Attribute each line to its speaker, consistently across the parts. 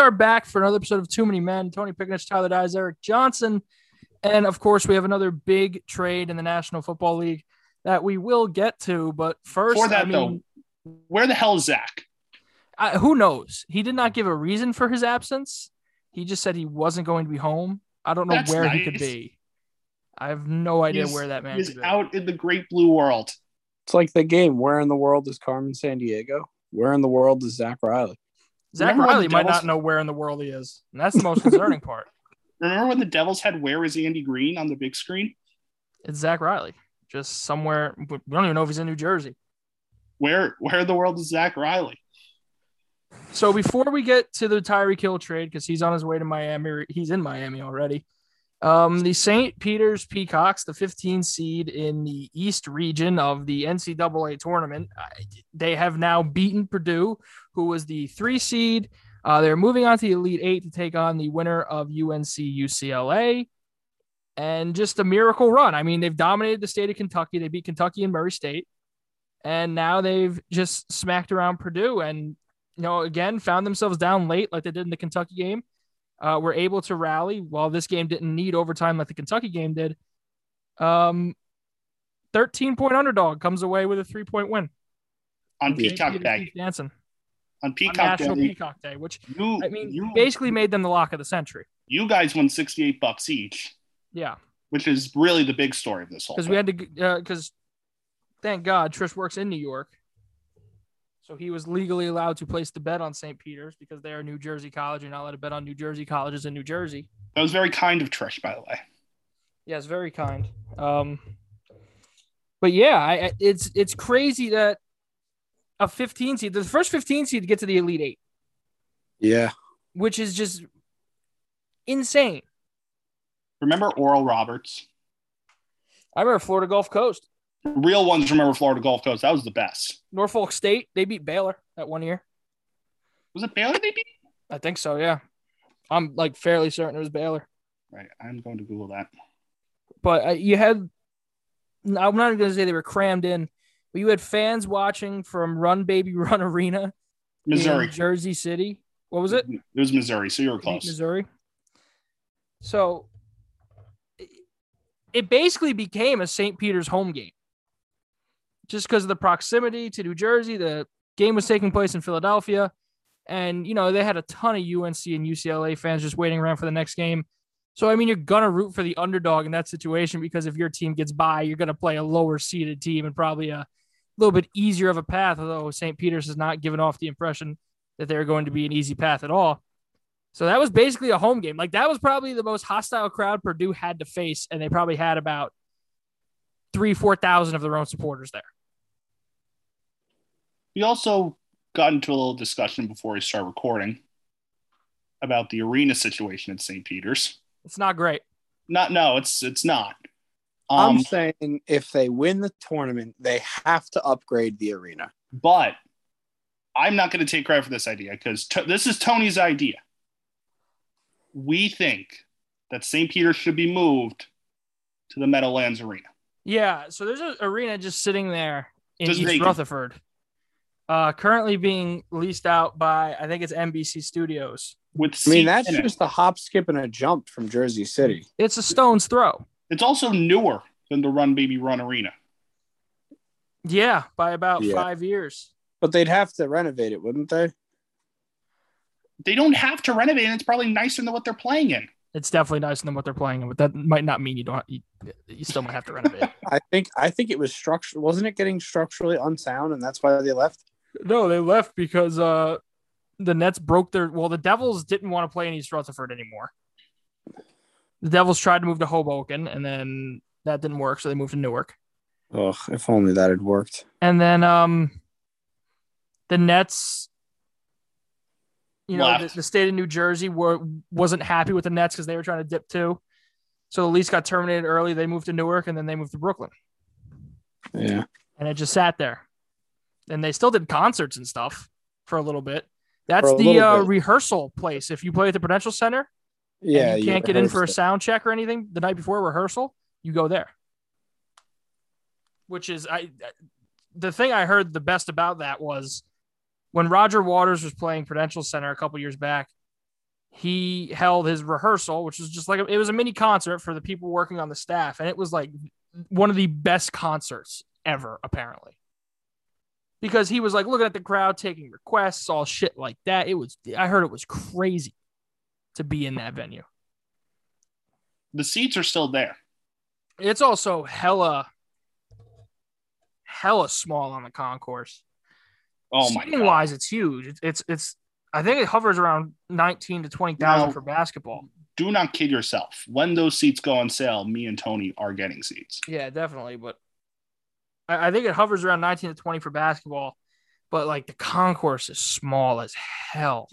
Speaker 1: are back for another episode of Too Many Men. Tony Picknich, Tyler Dyes, Eric Johnson. And of course, we have another big trade in the National Football League that we will get to. But first,
Speaker 2: Before that,
Speaker 1: I mean,
Speaker 2: though, where the hell is Zach?
Speaker 1: I, who knows? He did not give a reason for his absence. He just said he wasn't going to be home. I don't know
Speaker 2: That's
Speaker 1: where he could
Speaker 2: nice.
Speaker 1: be. I have no idea
Speaker 2: He's-
Speaker 1: where that man
Speaker 2: He's
Speaker 1: could be.
Speaker 2: out in the great blue world.
Speaker 3: It's like the game. Where in the world is Carmen San Diego? Where in the world is Zach Riley?
Speaker 1: Zach
Speaker 2: Remember when
Speaker 1: Riley
Speaker 2: the
Speaker 1: might
Speaker 2: Devils-
Speaker 1: not know where in the world he is. And that's the most concerning part.
Speaker 2: Remember when the Devils had "Where is Andy Green" on the big screen?
Speaker 1: It's Zach Riley, just somewhere. We don't even know if he's in New Jersey.
Speaker 2: Where Where in the world is Zach Riley?
Speaker 1: So before we get to the Tyree Kill trade, because he's on his way to Miami, or he's in Miami already. Um, the St. Peter's Peacocks, the 15 seed in the East region of the NCAA tournament, I- they have now beaten Purdue, who was the three seed. Uh, they're moving on to the Elite Eight to take on the winner of UNC UCLA. And just a miracle run. I mean, they've dominated the state of Kentucky. They beat Kentucky and Murray State. And now they've just smacked around Purdue. And you know, again, found themselves down late like they did in the Kentucky game, uh, were able to rally while this game didn't need overtime like the Kentucky game did. Um, 13 point underdog comes away with a three point win.
Speaker 2: on
Speaker 3: Yeah.
Speaker 2: Peacock
Speaker 1: Peter's
Speaker 2: Day.
Speaker 1: keeps dancing
Speaker 2: On
Speaker 1: on
Speaker 2: Peacock
Speaker 1: National
Speaker 2: Day,
Speaker 1: Peacock Day, which
Speaker 2: you
Speaker 1: I mean,
Speaker 2: you
Speaker 1: basically made them the lock of the century.
Speaker 2: you guys won sixty eight bucks each,
Speaker 1: Yeah,
Speaker 2: which is really the big story of this whole.
Speaker 1: because
Speaker 2: Thing.
Speaker 1: we had to, because thank God Trish works in New York. So he was legally allowed to place the bet on St. Peter's because they are a New Jersey college. You're not allowed to bet on New Jersey colleges in New Jersey.
Speaker 2: that was very kind of Trish, by the way.
Speaker 1: Yes, very kind. Um, but yeah, I, I- it's it's crazy that a 15 seed, the first 15 seed to get to the Elite Eight,
Speaker 3: Yeah.
Speaker 1: which is just insane.
Speaker 2: Remember Oral Roberts?
Speaker 1: I remember Florida Gulf Coast,
Speaker 2: Real ones remember Florida Gulf Coast. That was the best.
Speaker 1: Norfolk State. They beat Baylor that one year.
Speaker 2: Was it Baylor they beat?
Speaker 1: I think so. Yeah, I'm like fairly certain it was Baylor.
Speaker 2: Right. I'm going to Google that.
Speaker 1: but uh, you had I'm not going to say they were crammed in, but you had fans watching from Run Baby Run Arena, in
Speaker 2: Missouri.
Speaker 1: Jersey City. What was it?
Speaker 2: It was Missouri. So you were close.
Speaker 1: Missouri. So it- it basically became a St. Peter's home game just because of the proximity to New Jersey. The game was taking place in Philadelphia. And, you know, they had a ton of UNC and UCLA fans just waiting around for the next game. So, I mean, you're going to root for the underdog in that situation because if your team gets by, you're going to play a lower seeded team and probably a little bit easier of a path, although St. Peter's has not given off the impression that they're going to be an easy path at all. So that was basically a home game. Like that was probably the most hostile crowd Purdue had to face, and they probably had about three, four thousand of their own supporters there.
Speaker 2: We also got into a little discussion before we start recording about the arena situation at St. Peter's.
Speaker 1: It's not great.
Speaker 2: Not no, it's it's not.
Speaker 1: Um,
Speaker 2: Um,
Speaker 3: I'm saying if they win the tournament, they have to upgrade the arena.
Speaker 2: but I'm not going to take credit for this idea because this is Tony's idea. We think that St. Peter should be moved to the Meadowlands Arena.
Speaker 1: Yeah. So there's an arena just sitting there in
Speaker 2: Just
Speaker 1: East
Speaker 2: vacant.
Speaker 1: Rutherford, uh, currently being leased out by I think it's NBC Studios.
Speaker 2: With
Speaker 3: I mean,
Speaker 2: seats
Speaker 3: that's
Speaker 2: in it.
Speaker 3: just a hop, skip, and a jump from Jersey City.
Speaker 1: It's a stone's throw.
Speaker 2: it's also newer than the Run Baby Run Arena.
Speaker 1: Yeah, by about
Speaker 3: Yeah.
Speaker 1: five years.
Speaker 3: But they'd have to renovate it, wouldn't they?
Speaker 2: They don't have to renovate, and it's probably nicer than what they're playing in.
Speaker 1: It's definitely nicer than what they're playing, but that might not mean you don't. You, you still might have to renovate. it.
Speaker 3: I think I think it was structural. Wasn't it getting structurally unsound, and that's why they left?
Speaker 1: No, they left because uh the Nets broke their well, the Devils didn't want to play in East Rutherford anymore. The Devils tried to move to Hoboken and then that didn't work, so they moved to Newark.
Speaker 3: Oh, if only that had worked.
Speaker 1: And then um the Nets you know, the,
Speaker 2: Left.
Speaker 1: the state of New Jersey were wasn't happy with the Nets because they were trying to dip too. So the lease got terminated early. They moved to Newark and then they moved to Brooklyn.
Speaker 3: Yeah.
Speaker 1: And it just sat there. And they still did concerts and stuff for a little bit. That's
Speaker 3: a
Speaker 1: the
Speaker 3: little
Speaker 1: uh,
Speaker 3: bit.
Speaker 1: rehearsal place. If you play at the Prudential Center, and
Speaker 3: Yeah.
Speaker 1: you can't get in for a
Speaker 3: rehearsed
Speaker 1: sound check or anything the night before rehearsal. You go there, which is I. The thing I heard the best about that was when Roger Waters was playing Prudential Center a couple years back. he held his rehearsal, which was just like it was a mini concert for the people working on the staff, and it was like one of the best concerts ever, apparently. Because he was like looking at the crowd, taking requests, all shit like that. It was I heard it was crazy to be in that venue.
Speaker 2: The seats are still there.
Speaker 1: It's also hella hella small on the concourse.
Speaker 2: Oh my
Speaker 1: Seating
Speaker 2: god!
Speaker 1: wise, it's huge. It's, it's it's I think it hovers around nineteen to twenty thousand
Speaker 2: No.
Speaker 1: for basketball.
Speaker 2: Do not kid yourself. When those seats go on sale, me and Tony are getting seats.
Speaker 1: Yeah, definitely. But I, I think it hovers around 19 to 20 for basketball. But like the concourse is small as hell.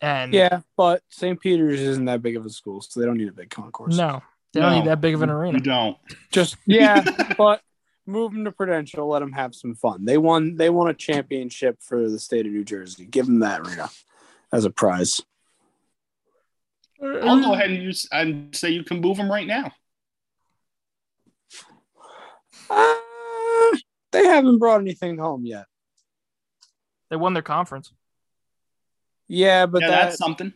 Speaker 1: And
Speaker 3: Yeah, but St. Peter's isn't that big of a school, so they don't need a big concourse.
Speaker 1: no, they don't
Speaker 2: No,
Speaker 1: need that big of an
Speaker 2: you-
Speaker 1: arena.
Speaker 2: You don't.
Speaker 3: Just yeah, but move them to Prudential, let them have some fun. They won. They won a championship for the state of New Jersey. Give them that arena as a prize.
Speaker 2: I'll go ahead and, use, and say you can move them right now.
Speaker 3: Uh, they haven't brought anything home yet.
Speaker 1: They won their conference.
Speaker 3: Yeah, but
Speaker 2: yeah,
Speaker 3: that,
Speaker 2: that's something.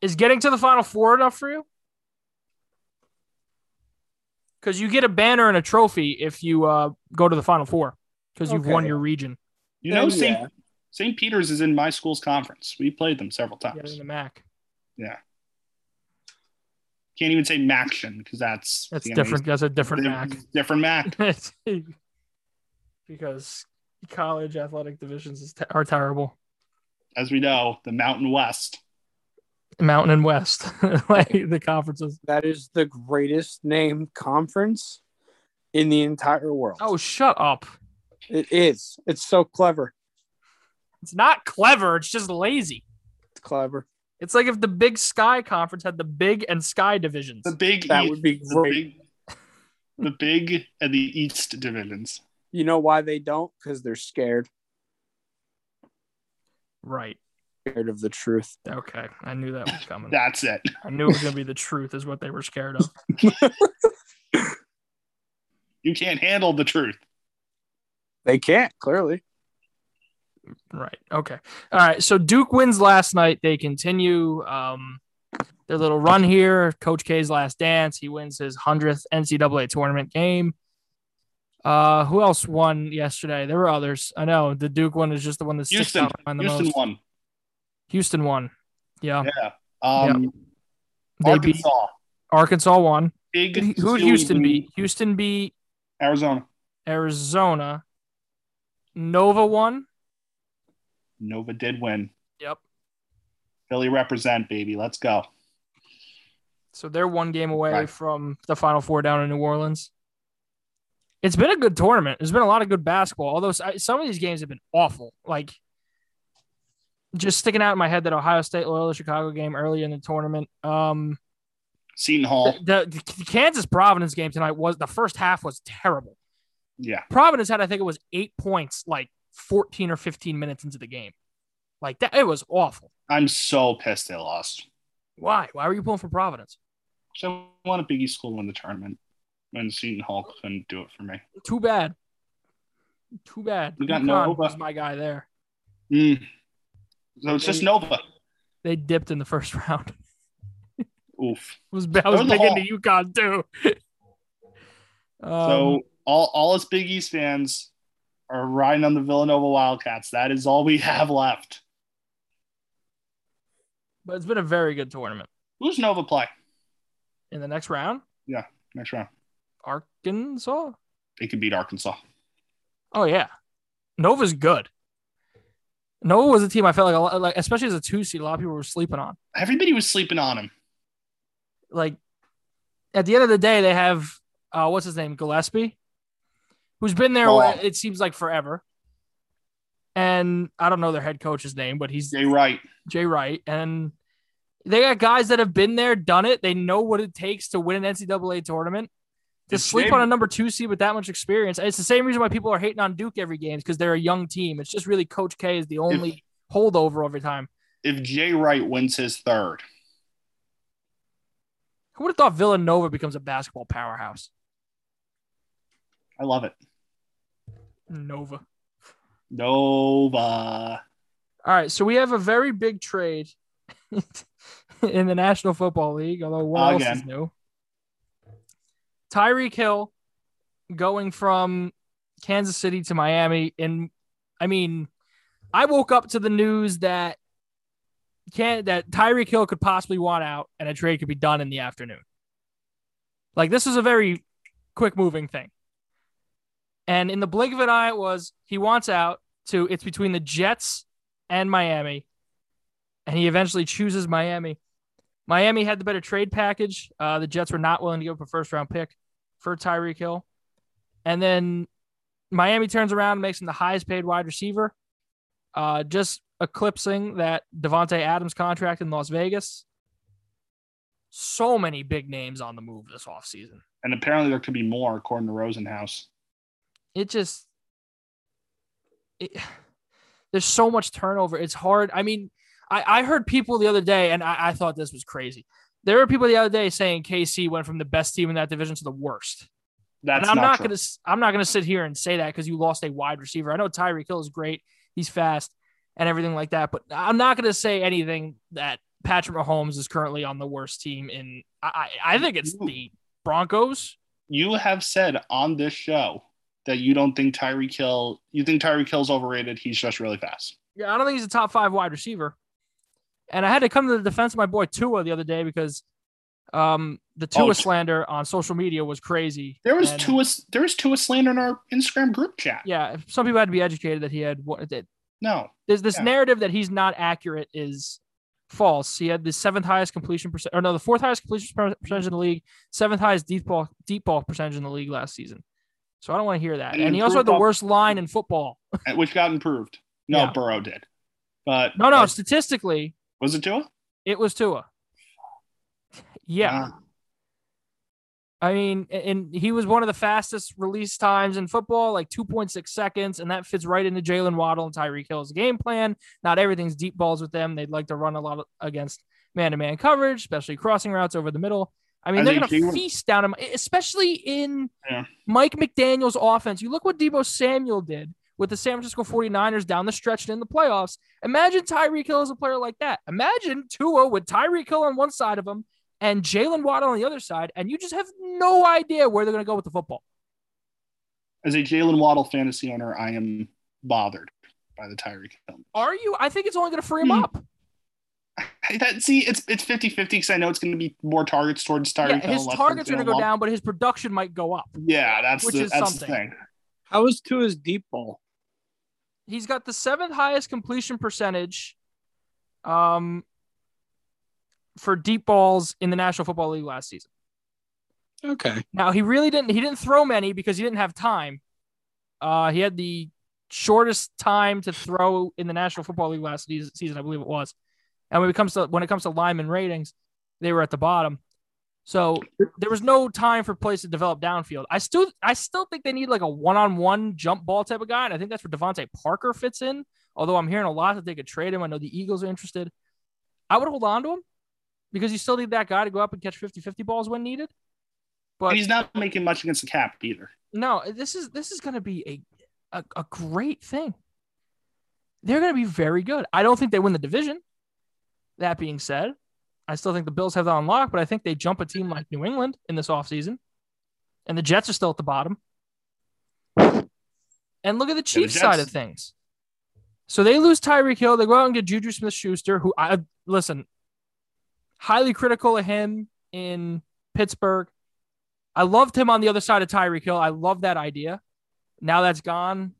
Speaker 1: Is getting to the final four enough for you? Because you get a banner and a trophy if you uh, go to the final four because you've won
Speaker 3: Okay.
Speaker 1: your region.
Speaker 2: You know,
Speaker 3: Yeah.
Speaker 2: St. St. Peter's is in my school's conference. We played them several
Speaker 1: You got it
Speaker 2: times.
Speaker 1: in the MAC.
Speaker 2: Can't even say Maction because that's
Speaker 1: That's
Speaker 2: the
Speaker 1: different. That's a different
Speaker 2: amazing-
Speaker 1: MAC.
Speaker 2: Different Mac.
Speaker 1: because college athletic divisions is te- are terrible.
Speaker 2: As we know, the Mountain West.
Speaker 1: Mountain and West, like the conferences.
Speaker 3: that is the greatest named conference in the entire world.
Speaker 1: Oh, shut up!
Speaker 3: it is. It's so clever.
Speaker 1: It's not clever. It's just lazy.
Speaker 3: It's clever.
Speaker 1: It's like if the Big Sky conference had the Big and Sky divisions.
Speaker 2: The Big
Speaker 3: That
Speaker 2: East.
Speaker 3: would be
Speaker 2: the,
Speaker 3: great.
Speaker 2: big, the Big and the East divisions.
Speaker 3: You know why they don't? Because they're scared.
Speaker 1: Right.
Speaker 3: Scared of the truth.
Speaker 1: Okay. I knew that was coming.
Speaker 2: That's it.
Speaker 1: I knew it was gonna be the truth. Is what they were scared of.
Speaker 2: You can't handle the truth.
Speaker 3: They can't clearly.
Speaker 1: Right. Okay. All right. So Duke wins last night. They continue um, their little run here. Coach K's last dance. He wins his hundredth NCAA tournament game. Uh, who else won yesterday? There were others. I know the Duke one is just the one that sticks
Speaker 2: Houston.
Speaker 1: out on the
Speaker 2: Houston
Speaker 1: most.
Speaker 2: won.
Speaker 1: Houston won. Yeah,
Speaker 2: Yeah. Um,
Speaker 1: they beat
Speaker 2: Arkansas.
Speaker 1: Arkansas. Won.
Speaker 2: Big.
Speaker 1: Who would
Speaker 2: silly
Speaker 1: Houston
Speaker 2: blue-
Speaker 1: beat? Houston beat
Speaker 2: Arizona.
Speaker 1: Arizona. Nova won.
Speaker 2: Nova did win.
Speaker 1: Yep.
Speaker 2: Philly represent, baby. Let's go.
Speaker 1: So they're one game away
Speaker 2: Right.
Speaker 1: from the Final Four down in New Orleans. It's been a good tournament. There's been a lot of good basketball, although s- some of these games have been awful. Like just sticking out in my head that Ohio State Loyola Chicago game early in the tournament. Um,
Speaker 2: Seton Hall.
Speaker 1: the, the, the Kansas Providence game tonight was the first half was terrible.
Speaker 2: Yeah.
Speaker 1: Providence had I think it was eight points, like 14 or 15 minutes into the game. Like that, it was awful.
Speaker 2: I'm so pissed they lost.
Speaker 1: Why? Why were you pulling for Providence?
Speaker 2: So I want a Biggie school to win the tournament. And Seton Hall couldn't do it for me.
Speaker 1: Too bad. Too bad.
Speaker 2: We got
Speaker 1: UConn
Speaker 2: Nova.
Speaker 1: was my guy there.
Speaker 2: Mm. So it's just Nova.
Speaker 1: They dipped in the first round.
Speaker 2: Oof.
Speaker 1: was I was
Speaker 2: They're in the
Speaker 1: big into UConn too. um,
Speaker 2: so all all us Big East fans are riding on the Villanova Wildcats. That is all we have left.
Speaker 1: but it's been a very good tournament.
Speaker 2: Who's Nova play
Speaker 1: In the next round,
Speaker 2: next round?
Speaker 1: Arkansas.
Speaker 2: They could beat Arkansas.
Speaker 1: Oh yeah, Nova's good. Nova was a team I felt like, a lot, like especially as a two seed, a lot of people were sleeping on.
Speaker 2: Everybody was sleeping on him.
Speaker 1: Like at the end of the day, they have uh, what's his name Gillespie, who's been there.
Speaker 2: Ball.
Speaker 1: It seems like forever. And I don't know their head coach's name, but he's
Speaker 2: Jay Wright.
Speaker 1: Jay Wright, and they got guys that have been there, done it. They know what it takes to win an NCAA tournament. To
Speaker 2: It's
Speaker 1: sleep
Speaker 2: Jay-
Speaker 1: on a number two seed with that much experience, it's the same reason why people are hating on Duke every game because they're a young team. It's just really Coach K is the only holdover every time.
Speaker 2: If Jay Wright wins his third,
Speaker 1: Who would have thought Villanova becomes a basketball powerhouse?
Speaker 2: I love it.
Speaker 1: Nova.
Speaker 2: Nova.
Speaker 1: All right, so we have a very big trade in the National Football League, although what else
Speaker 2: Again.
Speaker 1: is new? Tyreek Hill going from Kansas City to Miami. And I mean, I woke up to the news that can that Tyreek Hill could possibly want out and a trade could be done in the afternoon. Like this is a very quick moving thing. And in the blink of an eye, it was he wants out to it's between the Jets and Miami. And he eventually chooses Miami. Miami had the better trade package. Uh, the Jets were not willing to give up a first round pick for Tyreek Hill. And then Miami turns around and makes him the highest paid wide receiver, uh, just eclipsing that Devontae Adams contract in Las Vegas. So many big names on the move this offseason.
Speaker 2: And apparently there could be more, according to Rosenhaus.
Speaker 1: it just it, there's so much turnover. It's hard. I mean, I, I heard people the other day, and I, I thought this was crazy. There were people the other day saying KC went from the best team in that division to the worst.
Speaker 2: That's
Speaker 1: and I'm
Speaker 2: not,
Speaker 1: not,
Speaker 2: true.
Speaker 1: gonna s- I'm not gonna sit here and say that because you lost a wide receiver. I know Tyreek Hill is great, he's fast and everything like that, but I'm not gonna say anything that Patrick Mahomes is currently on the worst team in I I, I think it's the Broncos.
Speaker 2: You have said on this show that you don't think Tyree Kill, you think Tyree Kill's overrated. He's just really fast.
Speaker 1: Yeah, I don't think he's a top five wide receiver. And I had to come to the defense of my boy Tua the other day because um, the Tua
Speaker 2: Oh, t-
Speaker 1: slander on social media was crazy.
Speaker 2: There was
Speaker 1: And,
Speaker 2: two there was two slander in our Instagram group chat.
Speaker 1: Yeah, some people had to be educated that he had what that
Speaker 2: No,
Speaker 1: there's this
Speaker 2: Yeah.
Speaker 1: narrative that he's not accurate is false. He had the seventh highest completion percent, or no, the fourth highest completion per- percentage in the league, seventh highest deep ball deep ball percentage in the league last season. So I don't want to hear that.
Speaker 2: And
Speaker 1: And, he also had
Speaker 2: improved
Speaker 1: the
Speaker 2: off-
Speaker 1: worst line in football.
Speaker 2: which got improved. No,
Speaker 1: Yeah.
Speaker 2: Burrow did. But
Speaker 1: No, no, statistically,
Speaker 2: was it Tua?
Speaker 1: it was Tua. Yeah.
Speaker 2: Wow.
Speaker 1: I mean, a- and he was one of the fastest release times in football, like 2.6 seconds, and that fits right into Jalen Waddle and Tyreek Hill's game plan. Not everything's deep balls with them. They'd like to run a lot of- against man-to-man coverage, especially crossing routes over the middle. I mean,
Speaker 2: I
Speaker 1: they're
Speaker 2: think
Speaker 1: going
Speaker 2: he
Speaker 1: to
Speaker 2: would-
Speaker 1: feast down him, especially in
Speaker 2: Yeah.
Speaker 1: Mike McDaniel's offense. You look what Debo Samuel did with the San Francisco 49ers down the stretch and in the playoffs. Imagine Tyreek Hill as a player like that. Imagine Tua with Tyreek Hill on one side of him and Jalen Waddle on the other side, and you just have no idea where they're going to go with the football.
Speaker 2: As a Jalen Waddle fantasy owner, I am bothered by the Tyreek Hill.
Speaker 1: Are you? I think it's only going to free him
Speaker 2: Hmm.
Speaker 1: up.
Speaker 2: I- That, see, it's it's 50 50 because I know it's going to be more targets towards
Speaker 1: Yeah,
Speaker 2: Tyreek Hill.
Speaker 1: his
Speaker 2: less than
Speaker 1: targets are going to
Speaker 2: Jalen
Speaker 1: go
Speaker 2: Waddle.
Speaker 1: down, but his production might go up.
Speaker 2: Yeah, that's,
Speaker 1: which
Speaker 2: the,
Speaker 1: is
Speaker 2: that's the
Speaker 1: something.
Speaker 2: thing.
Speaker 3: How is Tua's deep ball?
Speaker 1: He's got the seventh highest completion percentage, um, for deep balls in the National Football League last season.
Speaker 3: Okay.
Speaker 1: Now he really didn't. He didn't throw many because he didn't have time. Uh, he had the shortest time to throw in the National Football League last se- season, I believe it was. And when it comes to when it comes to lineman ratings, they were at the bottom. So there was no time for plays to develop downfield. I still, I still think they need like a one-on-one jump ball type of guy, and I think that's where Devontae Parker fits in. Although I'm hearing a lot that they could trade him. I know the Eagles are interested. I would hold on to him because you still need that guy to go up and catch 50-50 balls when needed. But
Speaker 2: And he's not making much against the cap either.
Speaker 1: no, this is this is going to be a, a a great thing. They're going to be very good. I don't think they win the division. That being said, I still think the Bills have that on lock, but I think they jump a team like New England in this offseason. And the Jets are still at the bottom. And look at the Chiefs side
Speaker 2: Jets-
Speaker 1: of things. So they lose Tyreek Hill. They go out and get Juju Smith Schuster, who I listen, highly critical of him in Pittsburgh. I loved him on the other side of Tyreek Hill. I love that idea. Now that's gone.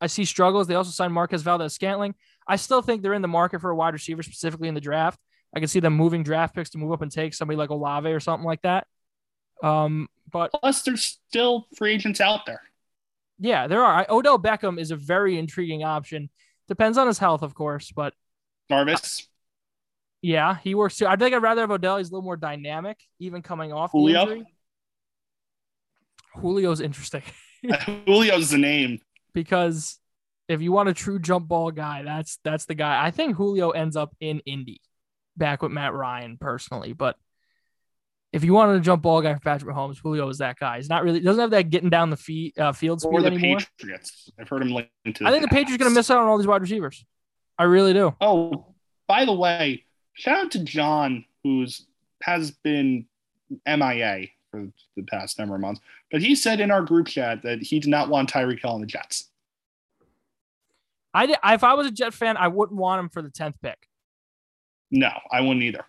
Speaker 1: I see struggles. They also signed Marquez Valdez Scantling. I still think they're in the market for a wide receiver, specifically in the draft. I can see them moving draft picks to move up and take somebody like Olave or something like that. Um, but
Speaker 2: Plus, there's still free agents out there.
Speaker 1: yeah, there are. I, Odell Beckham is a very intriguing option. Depends on his health, of course, but
Speaker 2: Jarvis,
Speaker 1: yeah, he works too. I think I'd rather have Odell. He's a little more dynamic, even coming off
Speaker 2: Julio?
Speaker 1: the injury. Julio's interesting.
Speaker 2: Julio's the name.
Speaker 1: because if you want a true jump ball guy, that's that's the guy. I think Julio ends up in Indy, back with Matt Ryan personally. But if you wanted a jump ball guy for Patrick Mahomes, Julio is that guy. He's not really doesn't have that getting down the feet uh, field
Speaker 2: Or
Speaker 1: speed
Speaker 2: the
Speaker 1: anymore.
Speaker 2: Patriots. I've heard him linked to
Speaker 1: I think the Patriots are going to miss out on all these wide receivers. I really do.
Speaker 2: Oh, by the way, shout out to John, who's has been MIA for the past number of months. But he said in our group chat that he did not want Tyreek Hill on the Jets.
Speaker 1: I did, if I was a Jet fan, I wouldn't want him for the tenth pick.
Speaker 2: No, I wouldn't either.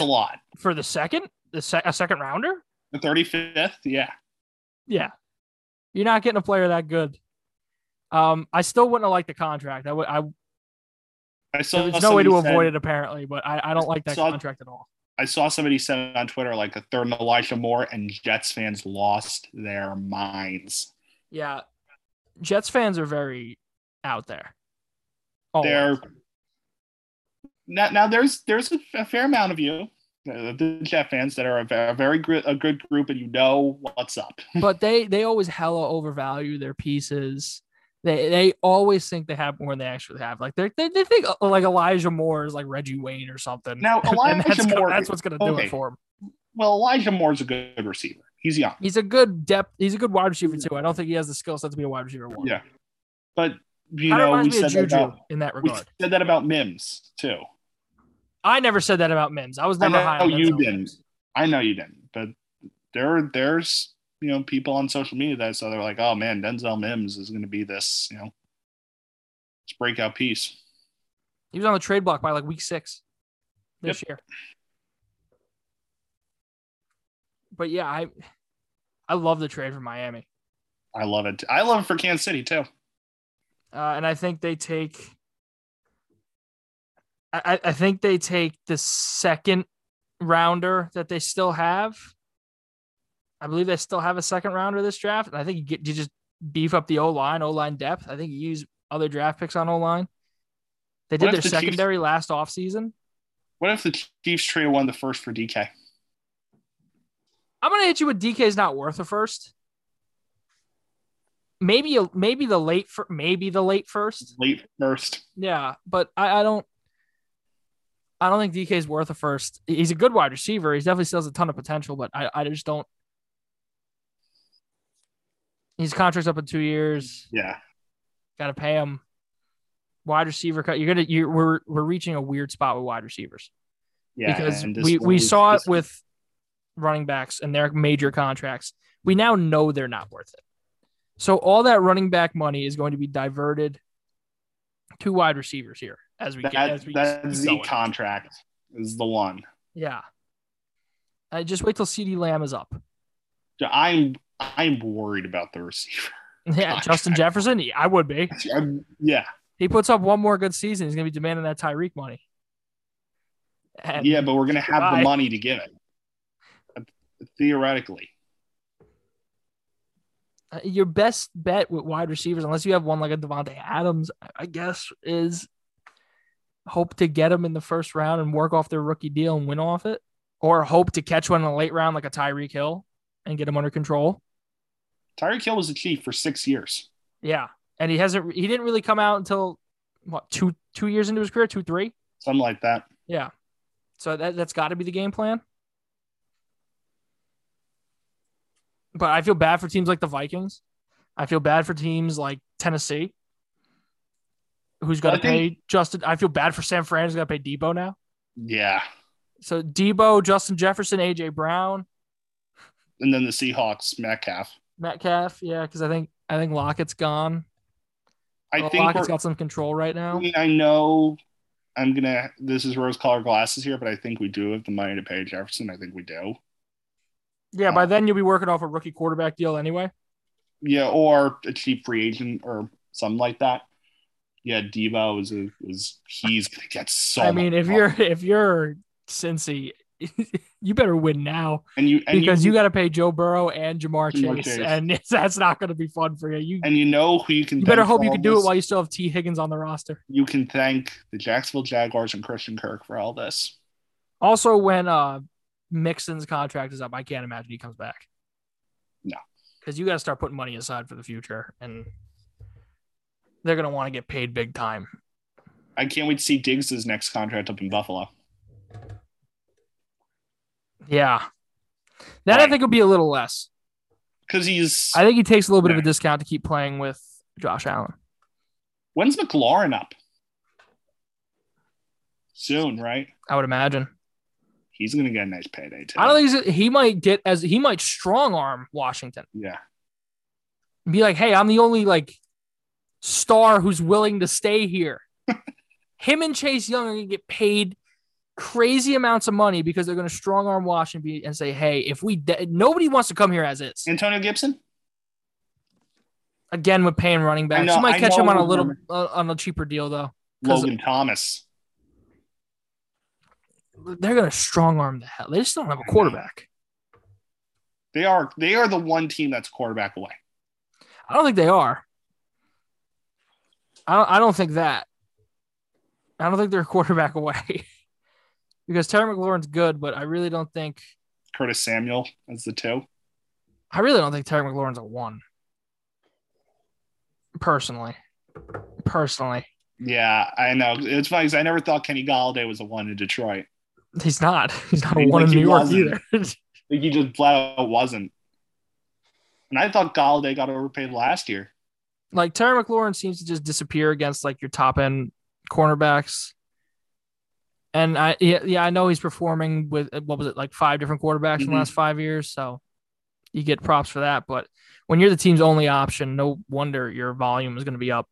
Speaker 1: But-
Speaker 2: a lot.
Speaker 1: For the second, the sec- a second rounder,
Speaker 2: The 35th, yeah.
Speaker 1: yeah, you're not getting a player that good. Um, I still wouldn't have liked the contract. I would. I
Speaker 2: I saw
Speaker 1: there's no way to
Speaker 2: somebody said-
Speaker 1: avoid it apparently, but I, I don't like that
Speaker 2: Saw-
Speaker 1: contract at all.
Speaker 2: I saw somebody said on Twitter like a third and Elijah Moore, and Jets fans lost their minds.
Speaker 1: Yeah, Jets fans are very out there. Oh,
Speaker 2: They're now, now there's there's a, a fair amount of you, uh, the Jet fans, that are a, ve- a very gr- a good group, and you know what's up.
Speaker 1: but they they always hella overvalue their pieces. They they always think they have more than they actually have. Like they they they think uh, like Elijah Moore is like Reggie Wayne or something.
Speaker 2: Now
Speaker 1: and that's,
Speaker 2: Elijah
Speaker 1: go-
Speaker 2: Moore,
Speaker 1: that's what's gonna do
Speaker 2: okay.
Speaker 1: it for him.
Speaker 2: well, Elijah Moore's a good receiver. He's young,
Speaker 1: He's a good depth. He's a good wide receiver too. I don't think he has the skill set to be a wide receiver one.
Speaker 2: Yeah, but you
Speaker 1: Kinda
Speaker 2: know we
Speaker 1: reminds me
Speaker 2: said,
Speaker 1: of
Speaker 2: that
Speaker 1: Juju
Speaker 2: about,
Speaker 1: in that
Speaker 2: we
Speaker 1: regard.
Speaker 2: said that about Mims too.
Speaker 1: I never said that about Mims. I was
Speaker 2: I
Speaker 1: never high.
Speaker 2: know
Speaker 1: on Mims
Speaker 2: you
Speaker 1: though.
Speaker 2: didn't. I know you didn't, but there there's you know people on social media that so they're like, oh man, Denzel Mims is going to be this you know this breakout piece.
Speaker 1: He was on the trade block by like week six this year. But yeah, I I love the trade for Miami,
Speaker 2: I love it. I love it for Kansas City too.
Speaker 1: uh, and I think they take. I, I I think they take the second rounder that they still have. I believe they still have a second rounder this draft, and I think you get you just beef up the O line, O line depth. I think you use other draft picks on O line. They did
Speaker 2: What
Speaker 1: their
Speaker 2: if the Chiefs-
Speaker 1: secondary last offseason.
Speaker 2: What if the Chiefs traded one of the first for DK?
Speaker 1: I'm gonna hit you with DK's not worth a first. Maybe a- maybe the late for maybe the late first.
Speaker 2: Late first.
Speaker 1: Yeah, but I, I don't I don't think DK's worth a first. He's a good wide receiver. He definitely still has a ton of potential, but I, I just don't his contract's up in two years.
Speaker 2: Yeah,
Speaker 1: Gotta pay him. Wide receiver cut. You're gonna you we're we're reaching a weird spot with wide receivers
Speaker 2: yeah.
Speaker 1: because
Speaker 2: and this-
Speaker 1: we, we
Speaker 2: this-
Speaker 1: saw it
Speaker 2: this-
Speaker 1: with running backs and their major contracts. We now know they're not worth it. So all that running back money is going to be diverted to wide receivers here as we get
Speaker 2: that
Speaker 1: as we
Speaker 2: that
Speaker 1: keep
Speaker 2: Z
Speaker 1: going.
Speaker 2: contract is the one.
Speaker 1: Yeah. I just wait till CD Lamb is up.
Speaker 2: I'm I'm worried about the receiver.
Speaker 1: Yeah, Justin
Speaker 2: Contract.
Speaker 1: Jefferson, I would be.
Speaker 2: I'm- yeah,
Speaker 1: He puts up one more good season, he's going to be demanding that Tyreek money. And
Speaker 2: yeah, but we're gonna have
Speaker 1: Goodbye.
Speaker 2: the money to give it. Theoretically,
Speaker 1: uh, your best bet with wide receivers, unless you have one like a Devontae Adams, I- I guess, is hope to get them in the first round and work off their rookie deal and win off it, or hope to catch one in the late round like a Tyreek Hill and get him under control.
Speaker 2: Tyreek Hill was a chief for six years.
Speaker 1: Yeah, and he hasn't. He didn't really come out until what two two years into his career, two three.
Speaker 2: Something like that.
Speaker 1: Yeah, so that that's got to be the game plan. But I feel bad for teams like the Vikings. I feel bad for teams like Tennessee, who's got to
Speaker 2: I think-
Speaker 1: pay Justin. I feel bad for San Fran, who's got to pay Debo now.
Speaker 2: Yeah.
Speaker 1: So Debo, Justin Jefferson, AJ Brown,
Speaker 2: And then the Seahawks, Metcalf.
Speaker 1: Metcalf. Yeah, because I think I think Lockett's gone.
Speaker 2: I
Speaker 1: Well,
Speaker 2: think
Speaker 1: Lockett's
Speaker 2: we're,
Speaker 1: got some control right
Speaker 2: I,
Speaker 1: now.
Speaker 2: mean, I know I'm gonna this is rose colored glasses here, but I think we do have the money to pay Jefferson. I think we do.
Speaker 1: Yeah, by then you'll be working off a rookie quarterback deal anyway.
Speaker 2: Yeah, or a cheap free agent or something like that. Yeah, Debo is a, is he's gonna get so
Speaker 1: I mean,
Speaker 2: much
Speaker 1: if
Speaker 2: money.
Speaker 1: you're if you're Cincy, you better win now
Speaker 2: and you and
Speaker 1: because
Speaker 2: you,
Speaker 1: you got to pay Joe Burrow and Jamar
Speaker 2: Ja'Marr
Speaker 1: Chase,
Speaker 2: Chase.
Speaker 1: and that's not going to be fun for you. You,
Speaker 2: and you know who you can
Speaker 1: you better
Speaker 2: thank
Speaker 1: hope
Speaker 2: for
Speaker 1: you
Speaker 2: all
Speaker 1: can do it
Speaker 2: this?
Speaker 1: while you still have T Higgins on the roster.
Speaker 2: you can thank the Jacksonville Jaguars and Christian Kirk for all this.
Speaker 1: Also, when uh Mixon's contract is up, I can't imagine he comes back.
Speaker 2: No.
Speaker 1: because you got to start putting money aside for the future, and they're going to want to get paid big time.
Speaker 2: I can't wait to see Diggs' next contract up in Buffalo.
Speaker 1: Yeah, that I
Speaker 2: Right.
Speaker 1: think would be a little less.
Speaker 2: Because he's
Speaker 1: I think he takes a little bit of a discount to keep playing with Josh Allen.
Speaker 2: when's McLaurin up? soon, right?
Speaker 1: I would imagine.
Speaker 2: He's going to get a nice payday too.
Speaker 1: I don't think he's, he might get as he might strong arm Washington
Speaker 2: Yeah,
Speaker 1: and be like, "Hey, I'm the only like star who's willing to stay here." Him and Chase Young are going to get paid crazy amounts of money because they're going to strong arm Washington and say, "Hey, if we de- nobody wants to come here as is."
Speaker 2: Antonio Gibson.
Speaker 1: Again, with paying running backs,
Speaker 2: know-
Speaker 1: you might
Speaker 2: I
Speaker 1: catch him
Speaker 2: know
Speaker 1: on a
Speaker 2: we're
Speaker 1: little
Speaker 2: running-
Speaker 1: uh, on a cheaper deal though. 'Cause-
Speaker 2: Logan Thomas.
Speaker 1: They're going to strong arm the hell. They just don't have a quarterback.
Speaker 2: They are they are the one team that's quarterback away.
Speaker 1: I don't think they are. I don't, I don't think that. I don't think they're a quarterback away because Terry McLaurin's good, but I really don't think
Speaker 2: Curtis Samuel as the two.
Speaker 1: I really don't think Terry McLaurin's a one. Personally, personally,
Speaker 2: Yeah, I know. It's funny because I never thought Kenny Galladay was the one in Detroit.
Speaker 1: he's not. He's not a
Speaker 2: He's
Speaker 1: one in
Speaker 2: like he
Speaker 1: New York
Speaker 2: wasn't.
Speaker 1: either.
Speaker 2: Like he just flat out wasn't. And I thought Galladay got overpaid last year.
Speaker 1: like Terry McLaurin seems to just disappear against like your top end cornerbacks. And I yeah, yeah I know he's performing with uh, what was it like five different quarterbacks in
Speaker 2: Mhm.
Speaker 1: the last five years, so you get props for that. But when you're the team's only option, no wonder your volume is going to be up.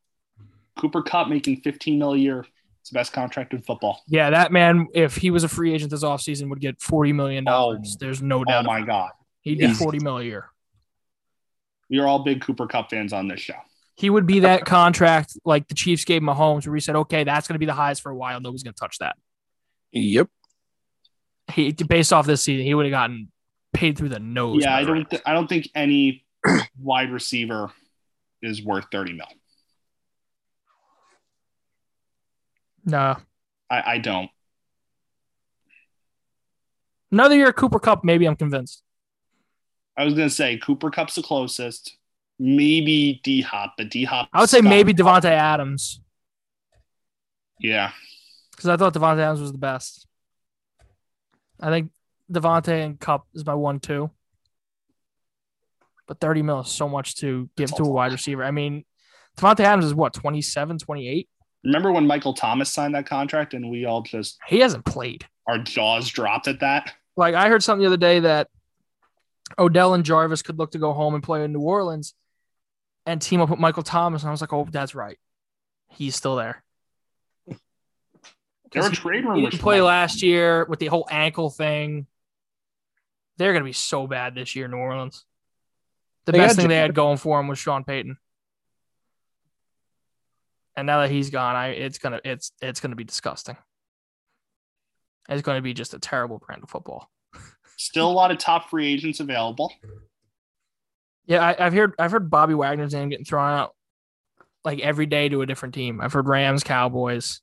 Speaker 2: Cooper Cup making 15 mil a year. It's the best contract in football.
Speaker 1: Yeah, that man, if he was a free agent this offseason, would get forty million dollars.
Speaker 2: Oh.
Speaker 1: There's no
Speaker 2: Oh
Speaker 1: doubt.
Speaker 2: my God.
Speaker 1: He'd get
Speaker 2: Easy.
Speaker 1: forty mil a year.
Speaker 2: You're all big Cooper Cup fans on this show.
Speaker 1: He would be that contract like the Chiefs gave Mahomes, where he said, "Okay, that's going to be the highest for a while. Nobody's going to touch that."
Speaker 3: Yep.
Speaker 1: he based off this season, he would have gotten paid through the nose.
Speaker 2: yeah,
Speaker 1: by
Speaker 2: I
Speaker 1: the
Speaker 2: don't.
Speaker 1: Rams.
Speaker 2: Th- I don't think any wide receiver is worth 30 mil.
Speaker 1: no,
Speaker 2: I, I don't.
Speaker 1: another year Cooper Cup. Maybe I'm convinced.
Speaker 2: I was gonna say Cooper Cup's the closest. Maybe D Hop, but D Hop.
Speaker 1: I would say maybe Devonte Adams
Speaker 2: Yeah,
Speaker 1: because I thought Devonte Adams was the best. I think Devonte and Cup is my one two, but 30 mil is so much to give
Speaker 2: That's
Speaker 1: to a
Speaker 2: awful.
Speaker 1: wide receiver. I mean, Devonte Adams is what 27, 28.
Speaker 2: remember when Michael Thomas signed that contract and we all just
Speaker 1: He hasn't played.
Speaker 2: our jaws dropped at that?
Speaker 1: like I heard something the other day that Odell and Jarvis could look to go home and play in New Orleans and team up with Michael Thomas. And I was like, oh, that's right. He's still there.
Speaker 2: There were trade
Speaker 1: He
Speaker 2: rumors.
Speaker 1: didn't play last year with the whole ankle thing. They're going to be so bad this year, New Orleans. The
Speaker 3: They
Speaker 1: best
Speaker 3: got
Speaker 1: thing they
Speaker 3: Jar-
Speaker 1: had going for him was Sean Payton. And now that he's gone, I it's gonna it's it's gonna be disgusting. It's gonna be just a terrible brand of football.
Speaker 2: Still a lot of top free agents available.
Speaker 1: Yeah, I, I've heard I've heard Bobby Wagner's name getting thrown out like every day to a different team. I've heard Rams, Cowboys,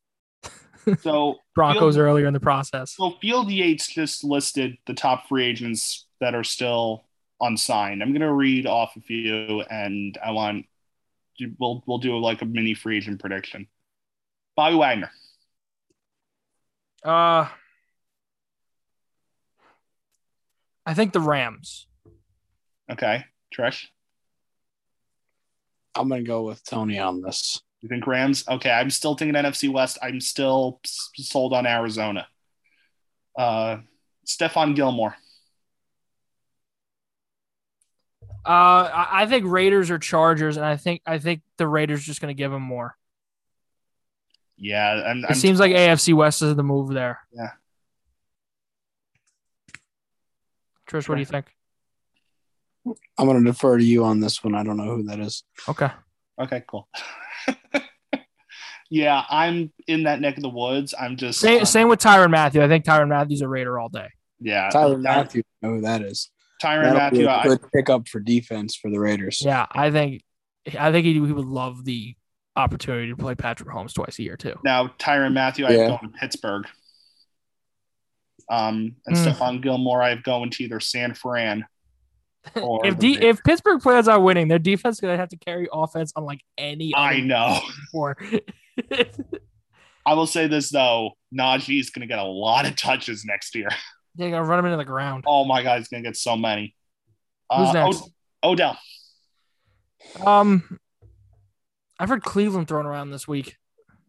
Speaker 2: So
Speaker 1: Broncos
Speaker 2: Field-
Speaker 1: earlier in the process.
Speaker 2: so Field Yates just listed the top free agents that are still unsigned. I'm gonna read off a few, and I want we'll we'll do like a mini free agent prediction. Bobby Wagner,
Speaker 1: Uh I think the Rams.
Speaker 2: okay, Trish.
Speaker 3: I'm gonna go with Tony on this.
Speaker 2: You think Rams? Okay, I'm still thinking NFC West. I'm still s- sold on Arizona. Uh, Stefan Gilmore.
Speaker 1: Uh I, I think Raiders or Chargers, and I think I think the Raiders just gonna give them more.
Speaker 2: Yeah, I'm,
Speaker 1: It
Speaker 2: I'm,
Speaker 1: seems like AFC West is the move there.
Speaker 2: Yeah.
Speaker 1: Trish, what do you think?
Speaker 3: I'm gonna defer to you on this one. I don't know who that is.
Speaker 1: Okay.
Speaker 2: okay, cool. yeah, I'm in that neck of the woods. I'm just uh,
Speaker 1: Same, same with Tyron Matthew. I think Tyron Matthew's a Raider all day.
Speaker 2: yeah.
Speaker 3: Tyler
Speaker 2: Tyron
Speaker 3: Matthew. I know who that is.
Speaker 2: Tyron
Speaker 3: That'll be
Speaker 2: Matthew.
Speaker 3: a
Speaker 2: I,
Speaker 3: good pickup for defense for the Raiders.
Speaker 1: Yeah, I think I think he, he would love the opportunity to play Patrick Holmes twice a year too.
Speaker 2: now Tyron Matthew.
Speaker 3: Yeah.
Speaker 2: I've gone to Pittsburgh. Um, and
Speaker 1: Mm.
Speaker 2: Stefan Gilmore. I've gone to either San Fran. Or
Speaker 1: If
Speaker 2: the
Speaker 1: D,
Speaker 2: Ra-
Speaker 1: if Pittsburgh plans on winning, their defense is gonna have to carry offense unlike any
Speaker 2: I
Speaker 1: other
Speaker 2: know.
Speaker 1: before.
Speaker 2: I will say this though: Najee's going to get a lot of touches next year.
Speaker 1: They're gonna run him into the ground.
Speaker 2: Oh my God, he's gonna get so many.
Speaker 1: Who's
Speaker 2: Uh, oh.
Speaker 1: next?
Speaker 2: O- Odell.
Speaker 1: Um, I've heard Cleveland thrown around this week.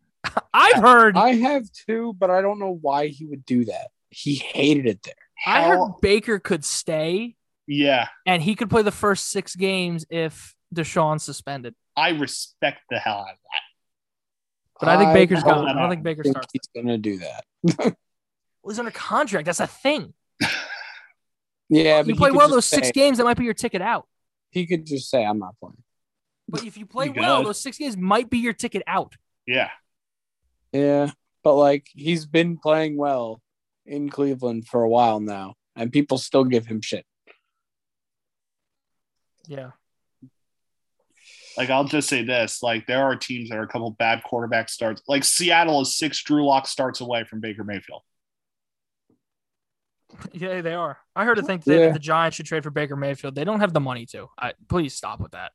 Speaker 1: I've heard
Speaker 2: Uh,
Speaker 1: I,
Speaker 3: I have too, but I don't know why he would do that. He hated it there.
Speaker 1: heard
Speaker 2: How-
Speaker 1: Baker could stay
Speaker 2: yeah,
Speaker 1: and he could play the first six games if Deshaun's suspended.
Speaker 2: I respect the hell out of that.
Speaker 1: But I think Baker's
Speaker 2: hope
Speaker 1: gone. I
Speaker 2: that
Speaker 1: don't think Baker
Speaker 3: think
Speaker 1: starts.
Speaker 3: he's gonna do that.
Speaker 1: Well, he's under contract. That's a thing.
Speaker 3: Yeah, but
Speaker 1: you
Speaker 3: he
Speaker 1: play
Speaker 3: could
Speaker 1: well
Speaker 3: just
Speaker 1: those six
Speaker 3: say-
Speaker 1: games, that might be your ticket out.
Speaker 3: He could just say, "I'm not playing."
Speaker 1: But if you play
Speaker 2: You
Speaker 1: well,
Speaker 2: got it.
Speaker 1: those six games might be your ticket out.
Speaker 2: Yeah,
Speaker 3: Yeah, but like he's been playing well in Cleveland for a while now, and people still give him shit.
Speaker 1: Yeah.
Speaker 2: like I'll just say this: like there are teams that are a couple bad quarterback starts. Like Seattle is six Drew Lock starts away from Baker Mayfield.
Speaker 1: Yeah, they are. I heard a thing today
Speaker 3: Yeah.
Speaker 1: that the Giants should trade for Baker Mayfield. They don't have the money to. I, please stop with that.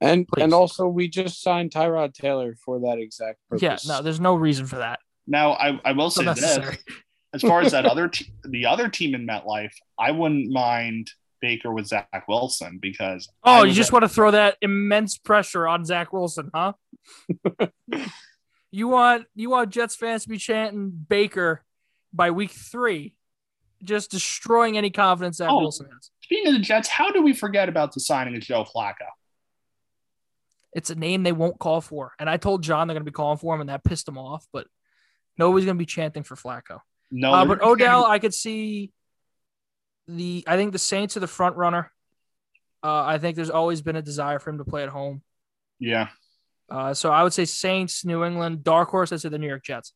Speaker 3: And
Speaker 1: Please.
Speaker 3: and also, we just signed Tyrod Taylor for that exact purpose.
Speaker 1: Yeah, no, there's no reason for that.
Speaker 2: Now I, I will
Speaker 1: It's
Speaker 2: say this:
Speaker 1: unnecessary.
Speaker 2: as far as that other te- the other team in MetLife, I wouldn't mind Baker with Zach Wilson because I
Speaker 1: Oh, you
Speaker 2: was
Speaker 1: just
Speaker 2: at-
Speaker 1: want to throw that immense pressure on Zach Wilson, huh? you want you want Jets fans to be chanting Baker by week three, just destroying any confidence Zach
Speaker 2: Oh.
Speaker 1: Wilson has.
Speaker 2: speaking of the Jets, how do we forget about the signing of Joe Flacco?
Speaker 1: It's a name they won't call for, and I told John they're going to be calling for him, and that pissed him off. But nobody's going to be chanting for Flacco.
Speaker 2: No,
Speaker 1: Uh,
Speaker 2: they're
Speaker 1: but
Speaker 2: gonna
Speaker 1: Odell, I could see the. I think the Saints are the front runner. Uh, I think there's always been a desire for him to play at home.
Speaker 2: Yeah,
Speaker 1: Uh, so I would say Saints, New England, dark horse. I'd say the New York Jets.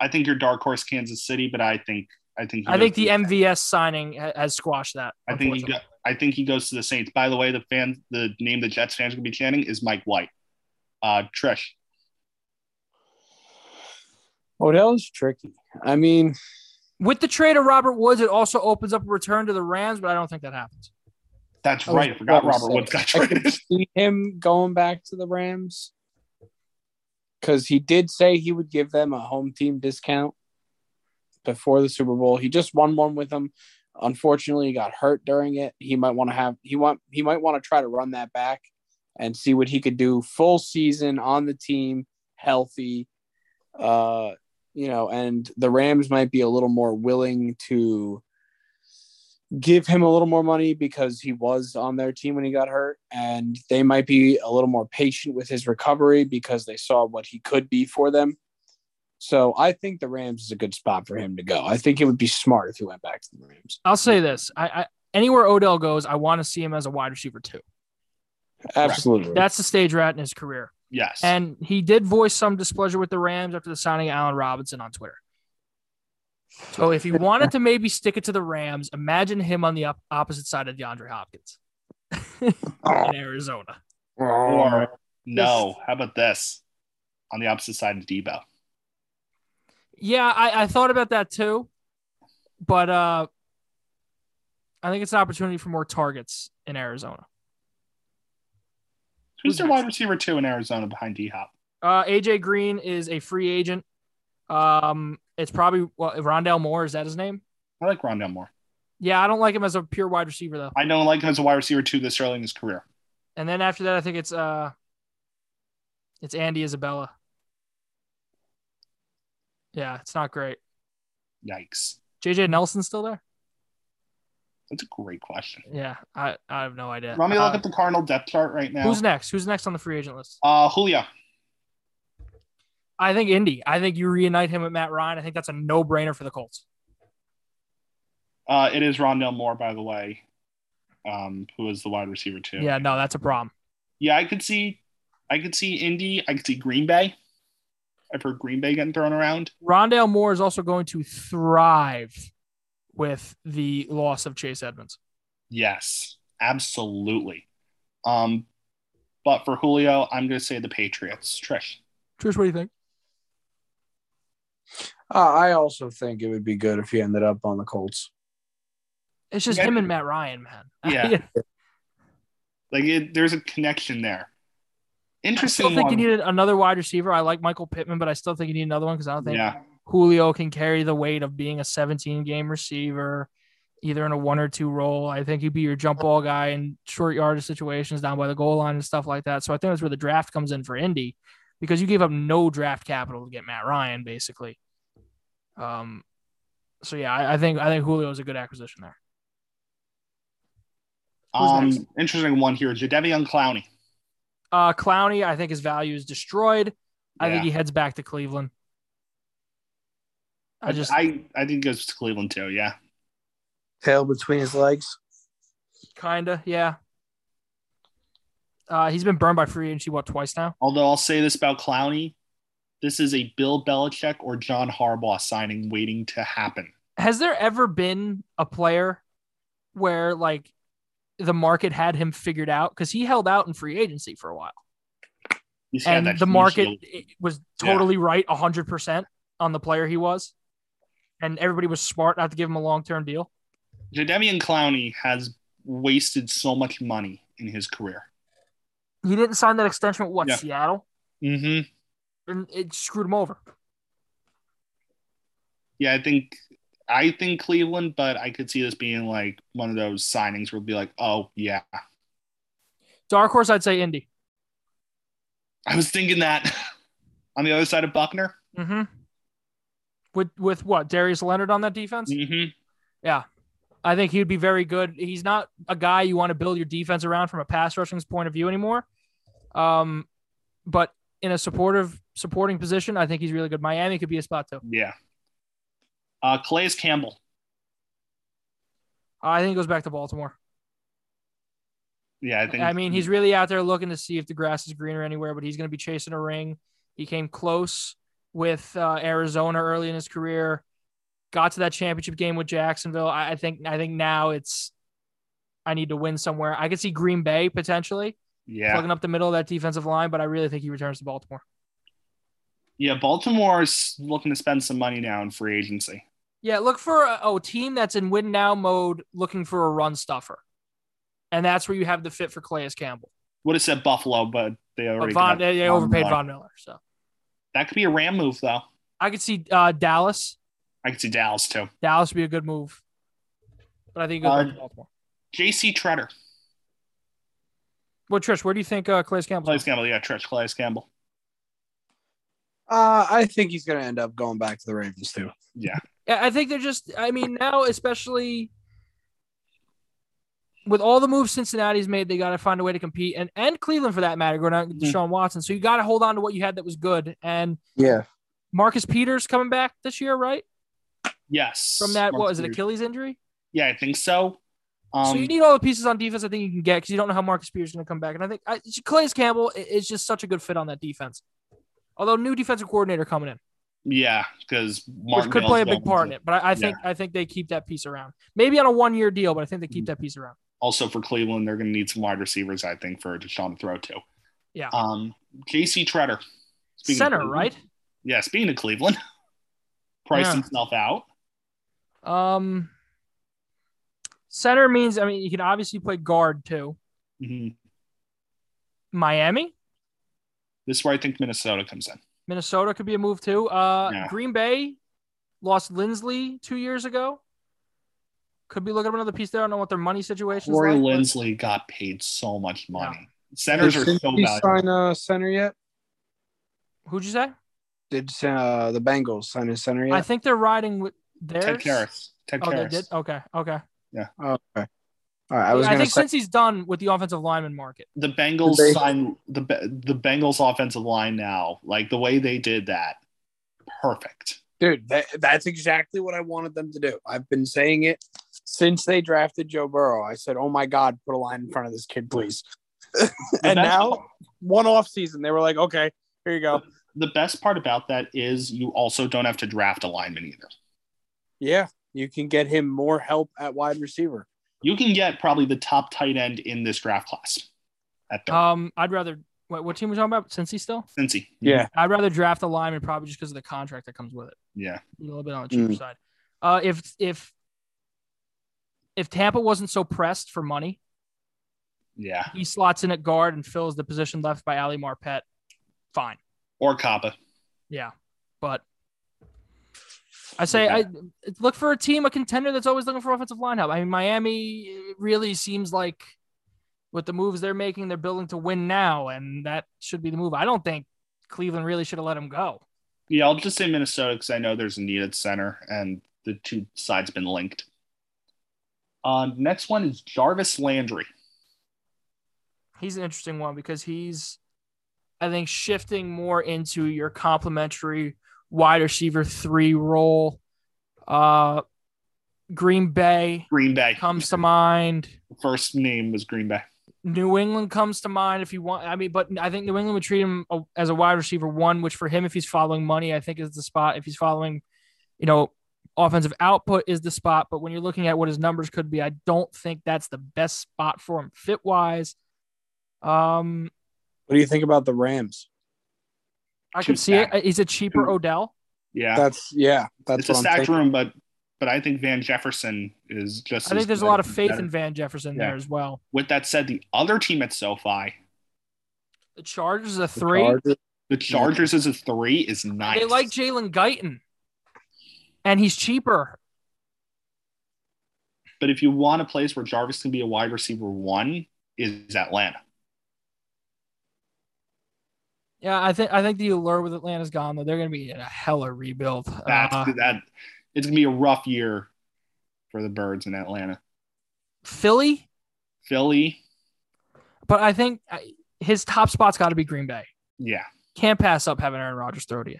Speaker 2: I think you're dark horse Kansas City, but I think I think he
Speaker 1: I think
Speaker 2: goes
Speaker 1: the
Speaker 2: to
Speaker 1: MVS signing ha- has squashed that.
Speaker 2: I think he
Speaker 1: unfortunately.
Speaker 2: go, I think he goes to the Saints. By the way, the fan the name the Jets fans are gonna be chanting is Mike White. Uh, Trish,
Speaker 3: Odell's tricky. I mean,
Speaker 1: with the trade of Robert Woods, it also opens up a return to the Rams, but I don't think that happens.
Speaker 2: that's
Speaker 3: I
Speaker 1: Oh,
Speaker 3: was
Speaker 2: right. I forgot
Speaker 3: about to
Speaker 2: Robert
Speaker 3: say,
Speaker 2: Woods got
Speaker 3: I could
Speaker 2: traded.
Speaker 3: see him going back to the Rams because he did say he would give them a home team discount before the Super Bowl. He just won one with them. Unfortunately, he got hurt during it. He might want to have he want he might want to try to run that back and see what he could do full season on the team, healthy. Uh, you know, and the Rams might be a little more willing to give him a little more money because he was on their team when he got hurt and they might be a little more patient with his recovery because they saw what he could be for them. So I think the Rams is a good spot for him to go. I think it would be smart if he went back to the Rams.
Speaker 1: I'll say this: I, I anywhere Odell goes, I want to see him as a wide receiver too.
Speaker 3: Absolutely.
Speaker 1: That's the stage we're at in his career.
Speaker 2: Yes,
Speaker 1: And he did voice some displeasure with the Rams after the signing of Allen Robinson on Twitter. So if he wanted to maybe stick it to the Rams, imagine him on the op- opposite side of DeAndre Hopkins
Speaker 3: Uh,
Speaker 1: in Arizona.
Speaker 2: or no. How about this? On the opposite side of Debo.
Speaker 1: Yeah, I, I thought about that too, but uh, I think it's an opportunity for more targets in Arizona.
Speaker 2: Who's their
Speaker 1: Who's
Speaker 2: wide receiver two in Arizona behind D Hop?
Speaker 1: Uh, AJ Green is a free agent. Um, it's probably well, Rondell Moore. Is that his name?
Speaker 2: I like Rondell Moore.
Speaker 1: Yeah, I don't like him as a pure wide receiver though.
Speaker 2: I don't like him as a wide receiver two this early in his career.
Speaker 1: And then after that, I think it's uh, it's Andy Isabella. Yeah, it's not great.
Speaker 2: Yikes.
Speaker 1: JJ Nelson still there?
Speaker 2: That's a great question.
Speaker 1: Yeah, I, I have no idea.
Speaker 2: Want me to look
Speaker 1: Uh,
Speaker 2: at the Cardinal depth chart right now?
Speaker 1: who's next? Who's next on the free agent list?
Speaker 2: uh, Julio.
Speaker 1: I think Indy. I think you reunite him with Matt Ryan. I think that's a no brainer for the Colts.
Speaker 2: Uh, it is Rondell Moore, by the way, um, who is the wide receiver two.
Speaker 1: Yeah, no, that's a problem.
Speaker 2: Yeah, I could see, I could see Indy. I could see Green Bay. I've heard Green Bay getting thrown around.
Speaker 1: Rondale Moore is also going to thrive with the loss of Chase Edmonds.
Speaker 2: Yes, absolutely. Um, but for Julio, I'm going to say the Patriots. Trish.
Speaker 1: Trish, what do you think?
Speaker 3: Uh, I also think it would be good if he ended up on the Colts.
Speaker 1: It's just
Speaker 2: Yeah.
Speaker 1: him and Matt Ryan, man.
Speaker 2: Yeah. Like, it, there's a connection there.
Speaker 1: I
Speaker 2: Interesting.
Speaker 1: still think you
Speaker 2: one.
Speaker 1: needed another wide receiver. I like Michael Pittman, but I still think you need another one because I don't think
Speaker 2: yeah,
Speaker 1: Julio can carry the weight of being a 17 game receiver, either in a one or two role. I think he'd be your jump ball guy in short yardage situations down by the goal line and stuff like that. So I think that's where the draft comes in for Indy. because you gave up no draft capital to get Matt Ryan, basically. Um, so yeah, I, I think I think Julio is a good acquisition there. Who's next?
Speaker 2: Um, interesting one here. Jadevian Clowney.
Speaker 1: Uh, Clowney, I think his value is destroyed. I think
Speaker 2: Yeah.
Speaker 1: he heads back to Cleveland. I just
Speaker 2: I, I think it goes to Cleveland too. Yeah.
Speaker 3: Tail between his legs.
Speaker 1: kinda yeah. Uh, he's been burned by free agency what twice now.
Speaker 2: Although I'll say this about Clowney, this is a Bill Belichick or John Harbaugh signing waiting to happen.
Speaker 1: Has there ever been a player where like the market had him figured out because he held out in free agency for a while?
Speaker 2: He's had that
Speaker 1: and the
Speaker 2: huge
Speaker 1: market
Speaker 2: deal.
Speaker 1: it was totally right 100% on the player he was and everybody was smart not to give him a long-term deal
Speaker 2: Jadeveon Clowney has wasted so much money in his career.
Speaker 1: he didn't sign that extension with what
Speaker 2: Yeah.
Speaker 1: seattle
Speaker 2: Mm-hmm.
Speaker 1: and it screwed him over
Speaker 2: Yeah, I think I think Cleveland, but I could see this being like one of those signings where it'd be like, oh yeah,
Speaker 1: dark horse i'd say indy
Speaker 2: I was thinking that on the other side of Buckner.
Speaker 1: mm-hmm. with with what darius leonard on that defense
Speaker 2: Mm-hmm.
Speaker 1: i think he'd be very good he's not a guy you want to build your defense around from a pass rushing point of view anymore um, but in a supportive supporting position i think he's really good miami could be a spot too
Speaker 2: Yeah. Uh, Clay's Campbell.
Speaker 1: i think it goes back to baltimore
Speaker 2: Yeah, I think.
Speaker 1: I mean, he's really out there looking to see if the grass is greener anywhere, but he's going to be chasing a ring. He came close with uh, Arizona early in his career, got to that championship game with Jacksonville. I, I think, I think now it's, I need to win somewhere. I could see Green Bay potentially
Speaker 2: yeah,
Speaker 1: plugging up the middle of that defensive line, but I really think he returns to Baltimore.
Speaker 2: yeah. Baltimore's looking to spend some money now in free agency.
Speaker 1: Yeah, look for a, oh, a team that's in win now mode, looking for a run stuffer, and that's where you have the fit for Clayus Campbell.
Speaker 2: Would have said Buffalo, but they
Speaker 1: But
Speaker 2: already
Speaker 1: Von,
Speaker 2: got
Speaker 1: they, they
Speaker 2: Von
Speaker 1: overpaid
Speaker 2: Miller.
Speaker 1: Von Miller, so
Speaker 2: That could be a Ram move, though.
Speaker 1: I could see uh, Dallas
Speaker 2: I could see Dallas too.
Speaker 1: Dallas would be a good move, but I think it goes back to
Speaker 2: Uh,
Speaker 1: Baltimore.
Speaker 2: J.C. Treader.
Speaker 1: Well, Trish, where do you think uh, Clay's Campbell?
Speaker 2: Clay's Campbell. Yeah, Trish Clay's Campbell.
Speaker 3: Uh, I think he's going to end up going back to the Ravens too.
Speaker 2: Yeah.
Speaker 1: I I think they're just. I mean, now especially with all the moves Cincinnati's made, they got to find a way to compete, and and Cleveland for that matter, going out with
Speaker 2: Mhm.
Speaker 1: Deshaun Watson. So you got to hold on to what you had that was good, and
Speaker 3: Yeah.
Speaker 1: Marcus Peters coming back this year, right?
Speaker 2: Yes.
Speaker 1: From that, what
Speaker 2: Mark
Speaker 1: was it,
Speaker 2: Peters.
Speaker 1: Achilles injury?
Speaker 2: Yeah, I think so. Um,
Speaker 1: so you need all the pieces on defense. I think you can get because you don't know how Marcus Peters is going to come back. And I think I, Clay's Campbell i- is just such a good fit on that defense. Although new defensive coordinator coming in.
Speaker 2: yeah, because
Speaker 1: which could play a big part in it. But I, I
Speaker 2: Yeah.
Speaker 1: think I think they keep that piece around. Maybe on a one year deal, but I think they
Speaker 2: Mm-hmm.
Speaker 1: keep that piece around.
Speaker 2: Also for Cleveland, they're going to need some wide receivers, I think, for Deshaun to throw to.
Speaker 1: Yeah.
Speaker 2: Um, J.C. Treader. Speaking of
Speaker 1: Center,
Speaker 2: Cleveland-
Speaker 1: right?
Speaker 2: Yeah, speaking of Cleveland, priced
Speaker 1: Yeah.
Speaker 2: himself out.
Speaker 1: Um center means I mean you can obviously play guard too.
Speaker 2: Mhm.
Speaker 1: Miami,
Speaker 2: This is where I think Minnesota comes in.
Speaker 1: Minnesota could be a move too. Uh
Speaker 2: Yeah.
Speaker 1: Green Bay lost Lindsley two years ago. Could be looking at another piece there. I don't know what their money situation is.
Speaker 2: Corey
Speaker 1: like, but-
Speaker 2: Lindsley got paid so much money. Centers are so
Speaker 3: he
Speaker 2: valuable.
Speaker 3: sign a center yet?
Speaker 1: Who'd you say?
Speaker 3: Did uh, the Bengals sign a center yet?
Speaker 1: I think they're riding with theirs.
Speaker 2: Ted Karras. Ted
Speaker 1: Oh, they
Speaker 2: Karras.
Speaker 1: did. Okay, okay.
Speaker 3: oh, okay. All right. I was
Speaker 1: I
Speaker 3: going to
Speaker 1: think
Speaker 3: say
Speaker 1: since he's done with the offensive lineman market,
Speaker 2: the Bengals
Speaker 3: They-
Speaker 2: sign the Be- the Bengals offensive line now. Like the way they did that, perfect.
Speaker 3: Dude, that, that's exactly what I wanted them to do. I've been saying it since they drafted Joe Burrow. I said, "Oh my God, put a line in front of this kid, please."
Speaker 2: The
Speaker 3: and
Speaker 2: best-
Speaker 3: now, one off season, they were like, "Okay, here you go."
Speaker 2: the best part about that is you also don't have to draft a lineman either.
Speaker 3: Yeah, you can get him more help at wide receiver.
Speaker 2: You can get probably the top tight end in this draft class at third.
Speaker 1: Um, I'd rather. What, what team we talking about? Cincy still?
Speaker 2: Cincy. Mhm.
Speaker 1: I'd rather draft a lineman probably just because of the contract that comes with it.
Speaker 2: Yeah.
Speaker 1: A little bit on the cheaper side. Uh, if if if Tampa wasn't so pressed for money,
Speaker 2: Yeah.
Speaker 1: he slots in at guard and fills the position left by Ali Marpet. Fine,
Speaker 2: Or Kappa.
Speaker 1: yeah, but I say I look for a team, a contender that's always looking for offensive line help. I mean, Miami really seems like with the moves they're making, they're building to win now, and that should be the move. I don't think Cleveland really should have let him go.
Speaker 2: Yeah, I'll just say Minnesota because I know there's a need at center, and the two sides been linked. Uh, next one is Jarvis Landry.
Speaker 1: He's an interesting one because he's, I think, shifting more into your complementary wide receiver three role. Uh, Green Bay
Speaker 2: Green Bay.
Speaker 1: comes to mind.
Speaker 2: First name was Green Bay.
Speaker 1: New England comes to mind if you want. I mean, but I think New England would treat him a- as a wide receiver one, which for him, if he's following money, I think is the spot. If he's following, you know, offensive output is the spot. But when you're looking at what his numbers could be, I don't think that's the best spot for him fit wise. Um,
Speaker 3: What do you think about the Rams?
Speaker 1: I
Speaker 2: Too
Speaker 1: could see
Speaker 2: stacked.
Speaker 1: it. He's a cheaper
Speaker 2: Too-
Speaker 1: Odell.
Speaker 2: Yeah,
Speaker 3: That's yeah. That's
Speaker 2: it's a
Speaker 3: what I'm
Speaker 2: stacked
Speaker 3: thinking.
Speaker 2: room, but but I think Van Jefferson is just.
Speaker 1: I
Speaker 2: as
Speaker 1: think there's a
Speaker 2: good,
Speaker 1: lot of
Speaker 2: if
Speaker 1: faith
Speaker 2: better.
Speaker 1: in Van Jefferson
Speaker 2: Yeah.
Speaker 1: there as well.
Speaker 2: With that said, the other team at SoFi,
Speaker 1: The Chargers a
Speaker 3: The
Speaker 1: three.
Speaker 3: Chargers-
Speaker 2: the Chargers as a three is nice.
Speaker 1: They like Jalen Guyton, and he's cheaper.
Speaker 2: but if you want a place where Jarvis can be a wide receiver one, is Atlanta.
Speaker 1: Yeah, I think I think the allure with Atlanta's gone though. They're going to be in a hella rebuild.
Speaker 2: That's
Speaker 1: Uh,
Speaker 2: that. It's gonna be a rough year for the Birds in Atlanta.
Speaker 1: Philly,
Speaker 2: Philly,
Speaker 1: but I think uh, his top spot's got to be Green Bay.
Speaker 2: yeah,
Speaker 1: Can't pass up having Aaron Rodgers throw to you.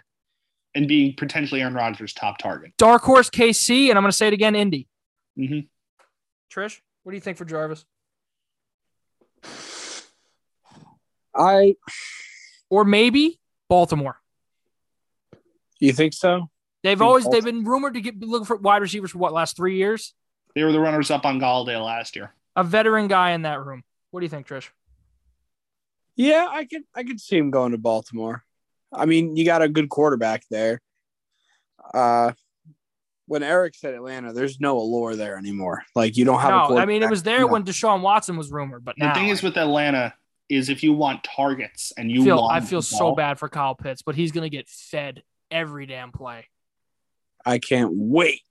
Speaker 2: and being potentially Aaron Rodgers' top target.
Speaker 1: Dark horse KC, and I'm going to say it again, Indy.
Speaker 2: hmm
Speaker 1: Trish, what do you think for Jarvis
Speaker 3: I
Speaker 1: or maybe Baltimore?
Speaker 3: you think so?
Speaker 1: They've
Speaker 3: Think
Speaker 1: always they've
Speaker 3: Baltimore.
Speaker 1: been rumored to get looking for wide receivers for what last three years.
Speaker 2: They were the runners up on Galladay last year.
Speaker 1: A veteran guy in that room. What do you think, Trish?
Speaker 3: Yeah, I could I could see him going to Baltimore. I mean, you got a good quarterback there. Uh when Eric said Atlanta, there's no allure there anymore. Like you don't have a
Speaker 1: No, I
Speaker 3: quarterback.
Speaker 1: mean it was there
Speaker 3: No.
Speaker 1: when Deshaun Watson was rumored, but
Speaker 2: The
Speaker 1: now
Speaker 2: thing is with Atlanta is if you want targets and you
Speaker 1: I feel,
Speaker 2: want
Speaker 1: I feel
Speaker 2: the
Speaker 1: so
Speaker 2: ball,
Speaker 1: bad for Kyle Pitts, but he's going to get fed every damn play.
Speaker 3: I can't wait.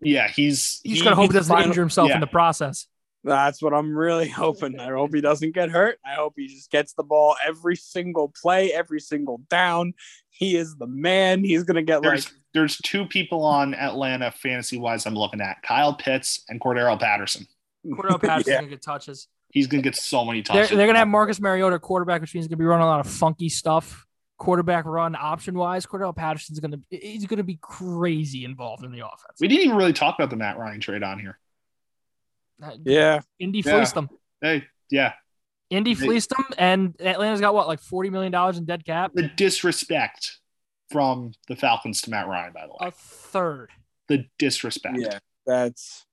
Speaker 2: Yeah, he's
Speaker 1: You just got to hope he doesn't
Speaker 3: final-
Speaker 1: injure himself
Speaker 2: yeah.
Speaker 1: in the process.
Speaker 3: That's what I'm really hoping. I hope he doesn't get hurt. I hope he just gets the ball every single play, every single down. He is the man. He's gonna get
Speaker 2: There's
Speaker 3: like
Speaker 2: there's two people on Atlanta fantasy wise I'm looking at Kyle Pitts and Cordero Patterson.
Speaker 1: Cordell Patterson's
Speaker 3: Yeah.
Speaker 1: going to get touches.
Speaker 2: He's gonna get so many
Speaker 1: They're,
Speaker 2: touches.
Speaker 1: they're going to have Marcus Mariota at quarterback, which means he's going to be running a lot of funky stuff. Quarterback run option wise, Cordell Patterson's going to he's going to be crazy involved in the offense.
Speaker 2: We didn't even really talk about the Matt Ryan trade on here.
Speaker 1: Uh,
Speaker 3: Yeah.
Speaker 1: Indy
Speaker 2: Yeah.
Speaker 1: fleeced them.
Speaker 2: Hey, yeah,
Speaker 1: Indy
Speaker 2: They-
Speaker 1: fleeced them, and Atlanta's got what like forty million dollars in dead cap,
Speaker 2: the disrespect from the Falcons to Matt Ryan, by the way,
Speaker 1: a third.
Speaker 2: the disrespect.
Speaker 3: Yeah. That's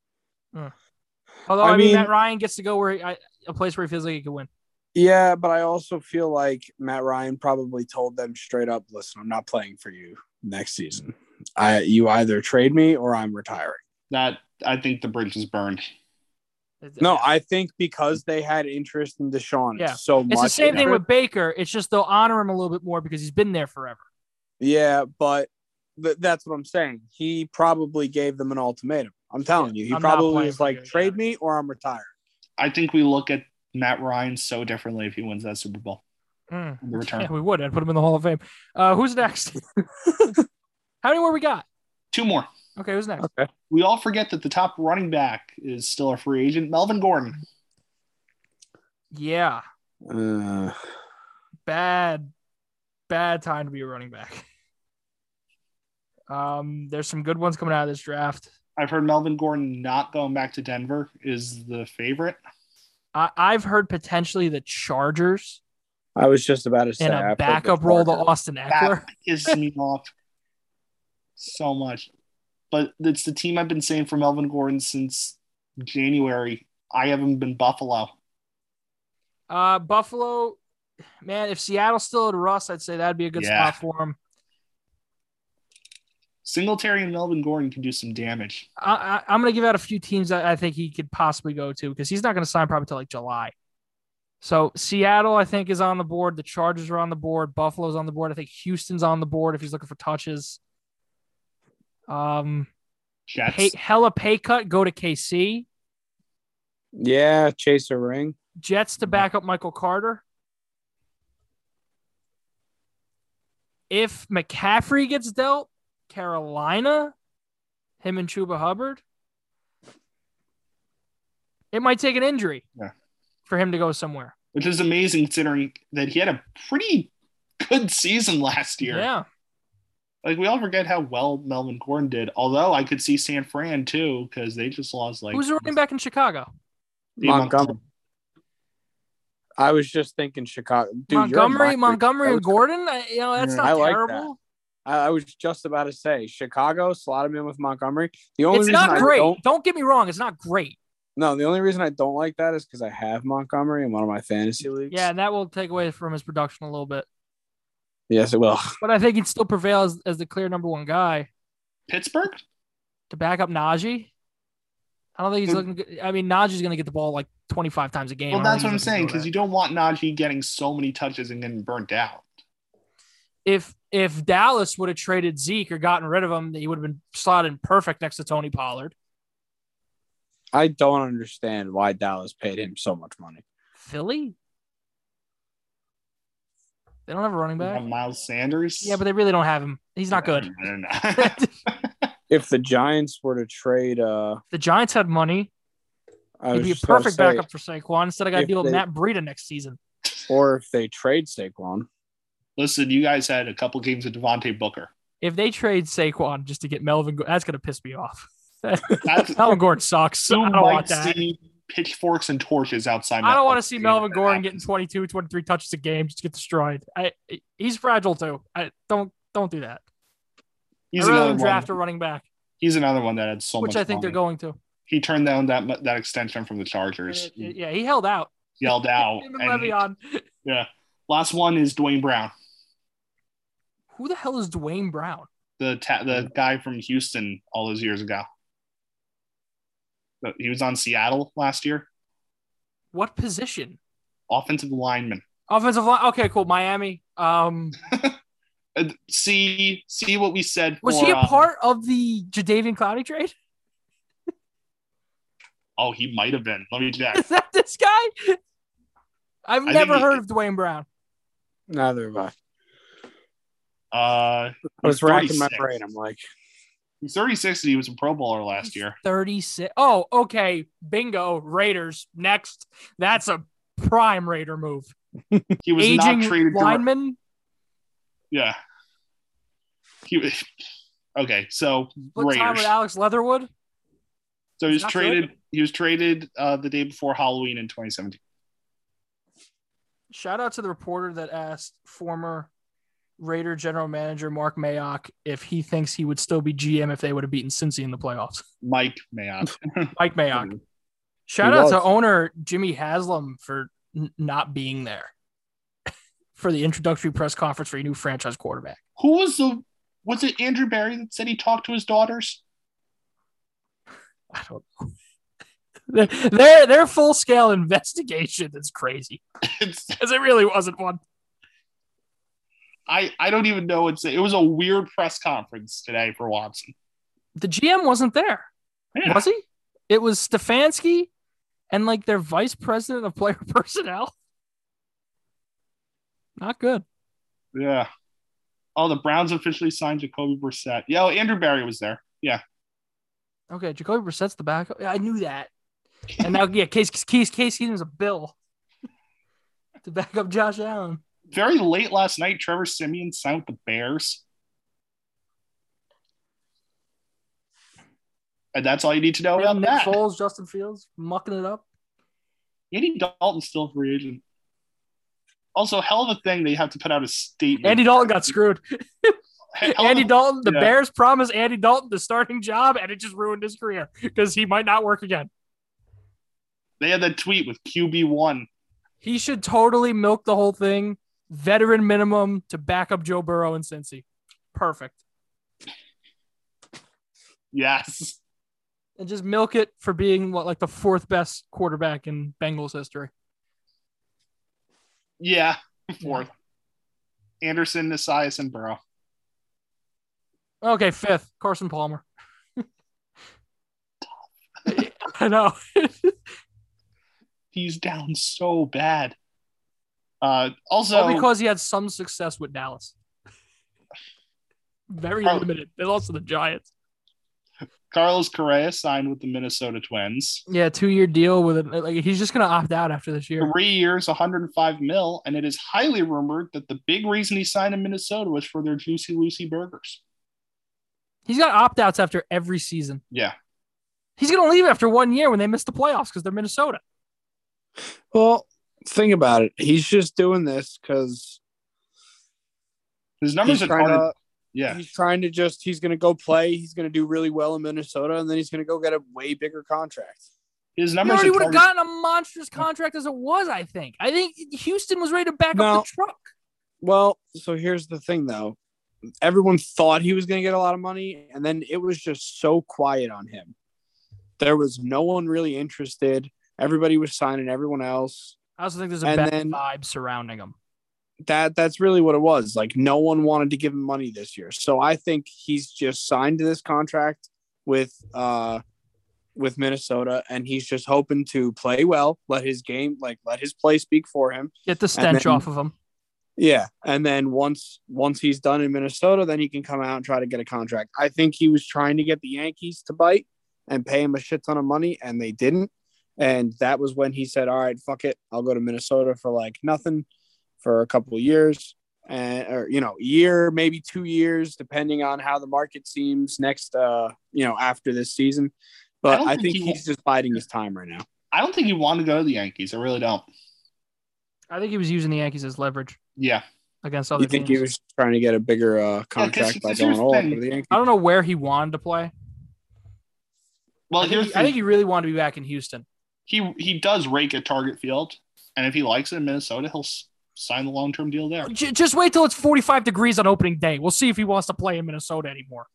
Speaker 1: Although
Speaker 3: I
Speaker 1: I, mean,
Speaker 3: mean-
Speaker 1: Matt Ryan gets to go where he, I, a place where he feels like he can win.
Speaker 3: Yeah, but I also feel like Matt Ryan probably told them straight up, "Listen, I'm not playing for you next season. I you either trade me or I'm retiring."
Speaker 2: That I think the bridge is burned.
Speaker 3: No, I think because they had interest in Deshaun
Speaker 1: Yeah.
Speaker 3: so much.
Speaker 1: It's the same
Speaker 3: and
Speaker 1: thing
Speaker 3: every-
Speaker 1: with Baker. It's just they'll honor him a little bit more because he's been there forever.
Speaker 3: Yeah, but th- that's what I'm saying. He probably gave them an ultimatum. I'm telling you, he
Speaker 1: I'm not
Speaker 3: probably
Speaker 1: playing
Speaker 3: was
Speaker 1: for
Speaker 3: like,
Speaker 1: you, yeah.
Speaker 3: "Trade me or I'm retiring."
Speaker 2: I think we look at Matt Ryan so differently if he wins that Super Bowl.
Speaker 1: Mm.
Speaker 2: in The return
Speaker 1: Yeah, we would. I'd put him in the Hall of Fame. Uh, who's next? How many more we got?
Speaker 2: two more.
Speaker 1: Okay, who's next?
Speaker 3: Okay.
Speaker 2: we all forget that the top running back is still a free agent, Melvin Gordon.
Speaker 1: Yeah,
Speaker 3: Uh,
Speaker 1: bad, bad time to be a running back. Um, there's some good ones coming out of this draft.
Speaker 2: I've heard Melvin Gordon not going back to Denver is the favorite.
Speaker 1: I, I've heard potentially the Chargers
Speaker 3: I was just about to say
Speaker 1: in
Speaker 3: I
Speaker 1: a
Speaker 3: put the
Speaker 1: backup role to
Speaker 3: Chargers.
Speaker 1: Austin Eckler.
Speaker 2: That pisses me off so much. But it's the team I've been saying for Melvin Gordon since January. I haven't been Buffalo.
Speaker 1: Uh, Buffalo, man, if Seattle's still at Russ, I'd say that'd be a good
Speaker 2: Yeah.
Speaker 1: spot for him.
Speaker 2: Singletary and Melvin Gordon can do some damage.
Speaker 1: I, I, I'm going to give out a few teams that I think he could possibly go to because he's not going to sign probably till like July. So Seattle, I think, is on the board. The Chargers are on the board. Buffalo's on the board. I think Houston's on the board if he's looking for touches. Um,
Speaker 2: Jets.
Speaker 1: pay, hella pay cut. Go to KC.
Speaker 3: Yeah, chase a ring.
Speaker 1: Jets to back up Michael Carter. If McCaffrey gets dealt, Carolina, him and Chuba Hubbard, it might take an injury
Speaker 2: Yeah.
Speaker 1: for him to go somewhere.
Speaker 2: which is amazing considering that he had a pretty good season last year.
Speaker 1: Yeah.
Speaker 2: Like we all forget how well Melvin Gordon did. Although I could see San Fran too because they just lost like
Speaker 1: Who's the running back in Chicago?
Speaker 2: Steve Montgomery.
Speaker 3: Montgomery. I was just thinking Chicago. Dude, you're a
Speaker 1: Montgomery,
Speaker 3: mind reader.
Speaker 1: Montgomery,
Speaker 3: I
Speaker 1: and
Speaker 3: was-
Speaker 1: Gordon. I, you know that's
Speaker 2: Yeah.
Speaker 1: not
Speaker 3: I like that.
Speaker 1: terrible.
Speaker 3: I, I was just about to say Chicago slot him in with Montgomery. The only
Speaker 1: It's
Speaker 3: reason
Speaker 1: not
Speaker 3: I
Speaker 1: great.
Speaker 3: don't-
Speaker 1: Don't... get me wrong. It's not great.
Speaker 3: no, the only reason I don't like that is because I have Montgomery in one of my fantasy leagues.
Speaker 1: Yeah, and that will take away from his production a little bit.
Speaker 3: Yes, it will.
Speaker 1: But I think he'd still prevail as, as the clear number one guy
Speaker 2: Pittsburgh.
Speaker 1: to back up Najee. I don't think he's
Speaker 2: Hmm.
Speaker 1: looking good. I mean, Najee's going to get the ball like 25 times a game.
Speaker 2: Well,
Speaker 1: I don't
Speaker 2: that's
Speaker 1: think
Speaker 2: what I'm
Speaker 1: he's looking
Speaker 2: saying
Speaker 1: to do
Speaker 2: because you don't want Najee getting so many touches and getting burnt out.
Speaker 1: that. if if Dallas would have traded Zeke or gotten rid of him, he would have been slotted in perfect next to Tony Pollard.
Speaker 3: I don't understand why Dallas paid him so much money.
Speaker 1: Philly? They don't have a running
Speaker 2: You
Speaker 1: back.
Speaker 2: have Miles Sanders.
Speaker 1: Yeah, but they really don't have him. He's not good.
Speaker 2: No, no, no.
Speaker 3: If the Giants were to trade, uh,
Speaker 1: The Giants had money.
Speaker 3: I
Speaker 1: He'd
Speaker 3: was
Speaker 1: be a
Speaker 3: just about to
Speaker 1: perfect
Speaker 3: say,
Speaker 1: backup for Saquon. Instead, I got to
Speaker 3: if
Speaker 1: deal with
Speaker 3: they-
Speaker 1: Matt Breida next season.
Speaker 3: or if they trade Saquon.
Speaker 2: Listen, you guys had a couple games with Devontae Booker.
Speaker 1: If they trade Saquon just to get Melvin, Gordon, that's going to piss me off.
Speaker 2: That's
Speaker 1: Melvin Gordon sucks.
Speaker 2: you
Speaker 1: I don't
Speaker 2: might
Speaker 1: want that.
Speaker 2: see pitchforks and torches outside.
Speaker 1: I
Speaker 2: that
Speaker 1: don't want to
Speaker 2: fucking
Speaker 1: see
Speaker 2: game
Speaker 1: Melvin
Speaker 2: if that
Speaker 1: Gordon
Speaker 2: happens.
Speaker 1: getting 22, 23 touches a game just to get destroyed. I, he's fragile too. I don't don't do that.
Speaker 2: He's
Speaker 1: I'd rather
Speaker 2: another
Speaker 1: than
Speaker 2: one.
Speaker 1: draft a running back,
Speaker 2: He's another one that had so
Speaker 1: which
Speaker 2: much.
Speaker 1: I think they're
Speaker 2: money.
Speaker 1: going to.
Speaker 2: He turned down that mu- that extension from the Chargers. He
Speaker 1: Yeah, he held out.
Speaker 2: yelled out.
Speaker 1: Him and
Speaker 2: and he-
Speaker 1: Le'Veon.
Speaker 2: yeah. Last one is Dwayne Brown,
Speaker 1: Who the hell is Dwayne Brown?
Speaker 2: the ta- the guy from Houston all those years ago. But He was on Seattle last year.
Speaker 1: What position?
Speaker 2: Offensive lineman.
Speaker 1: Offensive line. Okay, cool. Miami. Um,
Speaker 2: Uh, See see what we said.
Speaker 1: was
Speaker 2: for,
Speaker 1: he a
Speaker 2: um,
Speaker 1: part of the Jadavian Clowney trade?
Speaker 2: oh, he might have been. Let me check.
Speaker 1: Is that this guy? I've
Speaker 2: think
Speaker 1: never
Speaker 2: he-
Speaker 1: heard of Dwayne Brown.
Speaker 3: Neither have I.
Speaker 2: Uh,
Speaker 3: I was racking my
Speaker 2: 36.
Speaker 3: brain. I'm like,
Speaker 2: he's 36 and he was a Pro Bowler last year.
Speaker 1: 36. Oh, okay. Bingo. Raiders. Next. That's a prime Raider move.
Speaker 2: He was
Speaker 1: Aging
Speaker 2: not traded. to-
Speaker 1: lineman.
Speaker 2: yeah. He was. Okay, so
Speaker 1: Split time
Speaker 2: Raiders.
Speaker 1: with Alex Leatherwood.
Speaker 2: So he was
Speaker 1: Not
Speaker 2: traded. He was traded uh, the day before Halloween in 2017.
Speaker 1: Shout out to the reporter that asked former Raider general manager Mark Mayock if he thinks he would still be GM if they would have beaten Cincy in the playoffs.
Speaker 2: Mike Mayock.
Speaker 1: Mike
Speaker 3: hmm.
Speaker 1: Mayock. Shout
Speaker 3: He
Speaker 1: out
Speaker 3: was.
Speaker 1: to owner Jimmy Haslam for n- not being there for the introductory press conference for your new franchise quarterback.
Speaker 2: Who was the? Was it Andrew Barry that said he talked to his daughters?
Speaker 1: I don't know. their their full scale investigation is crazy
Speaker 2: It's,
Speaker 1: because it really wasn't one.
Speaker 2: I I don't even know. It's it was a weird press conference today for Watson.
Speaker 1: The GM wasn't there,
Speaker 2: Yeah.
Speaker 1: was he? It was Stefanski and like their vice president of player personnel. Not good.
Speaker 2: Yeah. Oh, the Browns officially signed Jacoby Brissett. Yeah, oh, Andrew Barry was there. Yeah.
Speaker 1: Okay, Jacoby Brissett's the backup. Yeah, I knew that. And now, yeah, Case Case Case Keenum's a bill to back up Josh Allen.
Speaker 2: Very late last night, Trevor Simeon signed with the Bears. And that's all you need to know about
Speaker 1: Nick
Speaker 2: that.
Speaker 1: Foles, Justin Fields, mucking it up.
Speaker 2: Andy Dalton's still a free agent. Also, hell of a thing they have to put out a statement.
Speaker 1: Andy Dalton got screwed.
Speaker 2: Hell of a-
Speaker 1: Andy Dalton, the
Speaker 2: Oh, yeah.
Speaker 1: Bears promised Andy Dalton the starting job, and it just ruined his career because he might not work again.
Speaker 2: They had that tweet with QB one.
Speaker 1: He should totally milk the whole thing, veteran minimum to back up Joe Burrow and Cincy. Perfect.
Speaker 2: Yes,
Speaker 1: And just milk it for being what, like the fourth best quarterback in Bengals history.
Speaker 2: yeah, fourth. Anderson, Nasias, and Burrow.
Speaker 1: Okay, fifth, Carson Palmer. I know.
Speaker 2: He's down so bad. Uh, also,
Speaker 1: All because he had some success with Dallas. very
Speaker 2: Oh.
Speaker 1: limited. They lost to the Giants.
Speaker 2: Carlos Correa signed with the Minnesota Twins.
Speaker 1: Yeah, two year deal with it. Like he's just gonna opt out after this year.
Speaker 2: Three years, 105 mil, and it is highly rumored that the big reason he signed in Minnesota was for their Juicy Lucy burgers.
Speaker 1: He's got opt outs after every season.
Speaker 2: Yeah,
Speaker 1: He's gonna leave after one year when they miss the playoffs because they're Minnesota.
Speaker 3: Well, think about it. He's just doing this because
Speaker 2: his
Speaker 3: he's
Speaker 2: numbers are
Speaker 3: trying
Speaker 2: hard.
Speaker 3: to.
Speaker 2: yeah,
Speaker 3: He's trying to just. He's going to go play. He's going to do really well in Minnesota, and then he's going to go get a way bigger contract.
Speaker 2: his
Speaker 1: He
Speaker 2: numbers
Speaker 1: already
Speaker 2: are
Speaker 1: would have
Speaker 2: targeted-
Speaker 1: gotten a monstrous contract as it was. I think. I think Houston was ready to back
Speaker 3: No.
Speaker 1: up the truck.
Speaker 3: Well, so here's the thing, though. Everyone thought he was going to get a lot of money, and then it was just so quiet on him. There was no one really interested. Everybody was signing everyone else.
Speaker 1: I also think there's a
Speaker 3: And
Speaker 1: bad
Speaker 3: then-
Speaker 1: vibe surrounding him.
Speaker 3: That that's really what it was. Like no one wanted to give him money this year. So I think he's just signed to this contract with uh with Minnesota and he's just hoping to play well, let his game like let his play speak for him
Speaker 1: Get the stench
Speaker 3: then-
Speaker 1: off of him.
Speaker 3: Yeah, and then once once he's done in Minnesota, then he can come out and try to get a contract. I think he was trying to get the Yankees to bite and pay him a shit ton of money, and they didn't. And that was when he said, "All right, fuck it, I'll go to Minnesota for like nothing for a couple of years, and or you know, year maybe two years, depending on how the market seems next, uh, you know, after this season." But
Speaker 2: don't
Speaker 3: I, think,
Speaker 2: think he
Speaker 3: he's just biding his time right now.
Speaker 2: I don't think he wanted to go to the Yankees. I really don't.
Speaker 1: I think he was using the Yankees as leverage
Speaker 2: Yeah,
Speaker 1: against other
Speaker 3: You think
Speaker 1: teams.
Speaker 3: he was trying to get a bigger uh, contract by
Speaker 2: here's
Speaker 3: going
Speaker 2: the
Speaker 3: all over
Speaker 2: thing.
Speaker 3: the Yankees?
Speaker 1: I don't know where he wanted to play.
Speaker 2: well,
Speaker 1: I
Speaker 2: here's
Speaker 1: think,
Speaker 2: the
Speaker 1: I think he really wanted to be back in Houston.
Speaker 2: he he does rake at target field, and if he likes it in Minnesota, he'll s- sign the long term deal there.
Speaker 1: J- just wait till it's 45 degrees on opening day. We'll see if he wants to play in Minnesota anymore.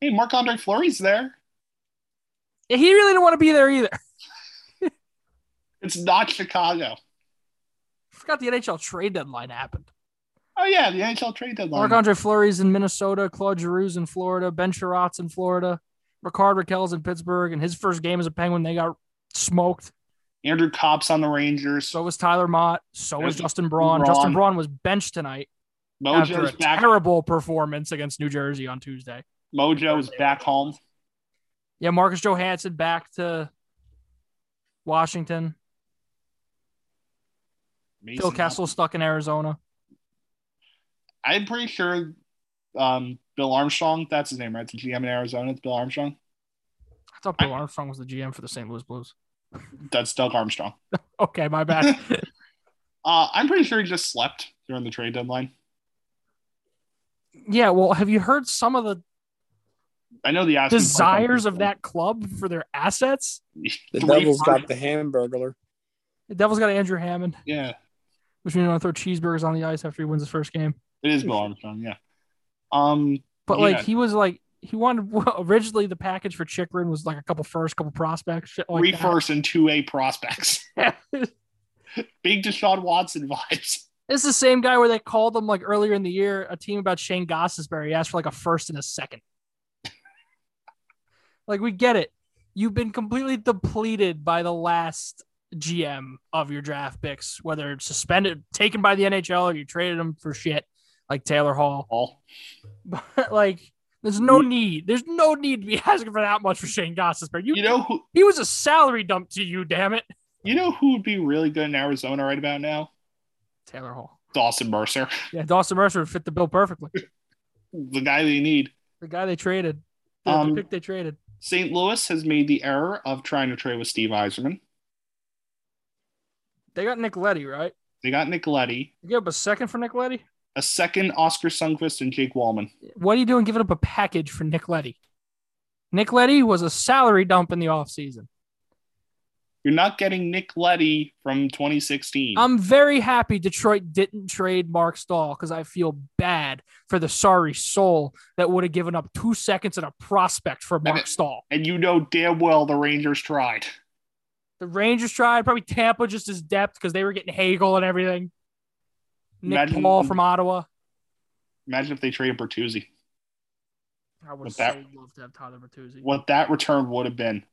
Speaker 2: Hey, Mark Andre Fleury's there.
Speaker 1: Yeah, He really didn't want to be there either.
Speaker 2: It's not Chicago.
Speaker 1: Forgot the NHL trade deadline happened.
Speaker 2: Oh yeah, the NHL trade deadline.
Speaker 1: Marc Andre Fleury's in Minnesota, Claude Giroux's in Florida, Ben Sherratt's in Florida, Ricard Raquel's in Pittsburgh, and his first game as a Penguin, they got smoked.
Speaker 2: Andrew Copp's on the Rangers.
Speaker 1: So was Tyler Mott. So was
Speaker 2: There's
Speaker 1: Justin Braun.
Speaker 2: Braun.
Speaker 1: Justin Braun was benched tonight after a
Speaker 2: Mojo's back.
Speaker 1: terrible performance against New Jersey on Tuesday.
Speaker 2: Mojo is back home.
Speaker 1: Yeah, Marcus Johansson back to Washington. Phil
Speaker 2: Mason-
Speaker 1: Kessel stuck in Arizona.
Speaker 2: I'm pretty sure um, Bill Armstrong. That's his name, right? The GM in Arizona. It's Bill Armstrong.
Speaker 1: I thought Bill Armstrong was the GM for the St. Louis Blues.
Speaker 2: That's Doug Armstrong.
Speaker 1: Okay, my bad.
Speaker 2: Uh, I'm pretty sure he just slept during the trade deadline.
Speaker 1: yeah, well, have you heard some of the
Speaker 2: I know the Aspen
Speaker 1: desires of that club for their assets?
Speaker 3: The
Speaker 2: Three
Speaker 3: Devils got
Speaker 2: hundred-
Speaker 3: the Hamburglar.
Speaker 1: The Devils got Andrew Hammond,
Speaker 2: Yeah,
Speaker 1: which means you want to throw cheeseburgers on the ice after he wins his first game.
Speaker 2: it is Bill Armstrong. Yeah. Um,
Speaker 1: But like
Speaker 2: Yeah.
Speaker 1: he was like he wanted well, originally the package for Chikrin was like a couple first, couple prospects, shit like
Speaker 2: three
Speaker 1: that.
Speaker 2: first and two A prospects. Big Deshaun Watson vibes.
Speaker 1: This is the same guy where they called him like earlier in the year, a team about Shane Gossesberry. He asked for like a first and a second. like, we get it. You've been completely depleted by the last GM of your draft picks, whether it's suspended, taken by the NHL, or you traded them for shit like Taylor Hall.
Speaker 2: All
Speaker 1: But like, there's no need. There's no need to be asking for that much for Shane Gossesberry. You,
Speaker 2: you know who
Speaker 1: he was a salary dump to you, damn it.
Speaker 2: you know who would be really good in Arizona right about now?
Speaker 1: Taylor Hall.
Speaker 2: Dawson Mercer,
Speaker 1: Yeah, Dawson Mercer would fit the bill perfectly.
Speaker 2: the guy they need.
Speaker 1: The guy they traded. The, the
Speaker 2: Um,
Speaker 1: pick they traded.
Speaker 2: St. Louis has made the error of trying to trade with Steve Eiserman.
Speaker 1: They got Nicoletti, right?
Speaker 2: They got Nicoletti,
Speaker 1: You give up a second for Nicoletti?
Speaker 2: a second Oscar Sundquist, and Jake Wallman.
Speaker 1: What are you doing giving up a package for Nicoletti? Nicoletti was a salary dump in the offseason.
Speaker 2: You're not getting Nicoletti from 2016.
Speaker 1: I'm very happy Detroit didn't trade Mark Stahl because I feel bad for the sorry soul that would have given up two seconds and a prospect for Mark
Speaker 2: it-
Speaker 1: Stahl.
Speaker 2: and you know damn well the Rangers tried.
Speaker 1: The Rangers tried, probably Tampa just as depth because they were getting Hagel and everything. Nick
Speaker 2: Imagine-
Speaker 1: Paul from Ottawa.
Speaker 2: Imagine if they traded Bertuzzi.
Speaker 1: I would
Speaker 2: With
Speaker 1: so
Speaker 2: that-
Speaker 1: love to have Tyler Bertuzzi.
Speaker 2: What that return would have been.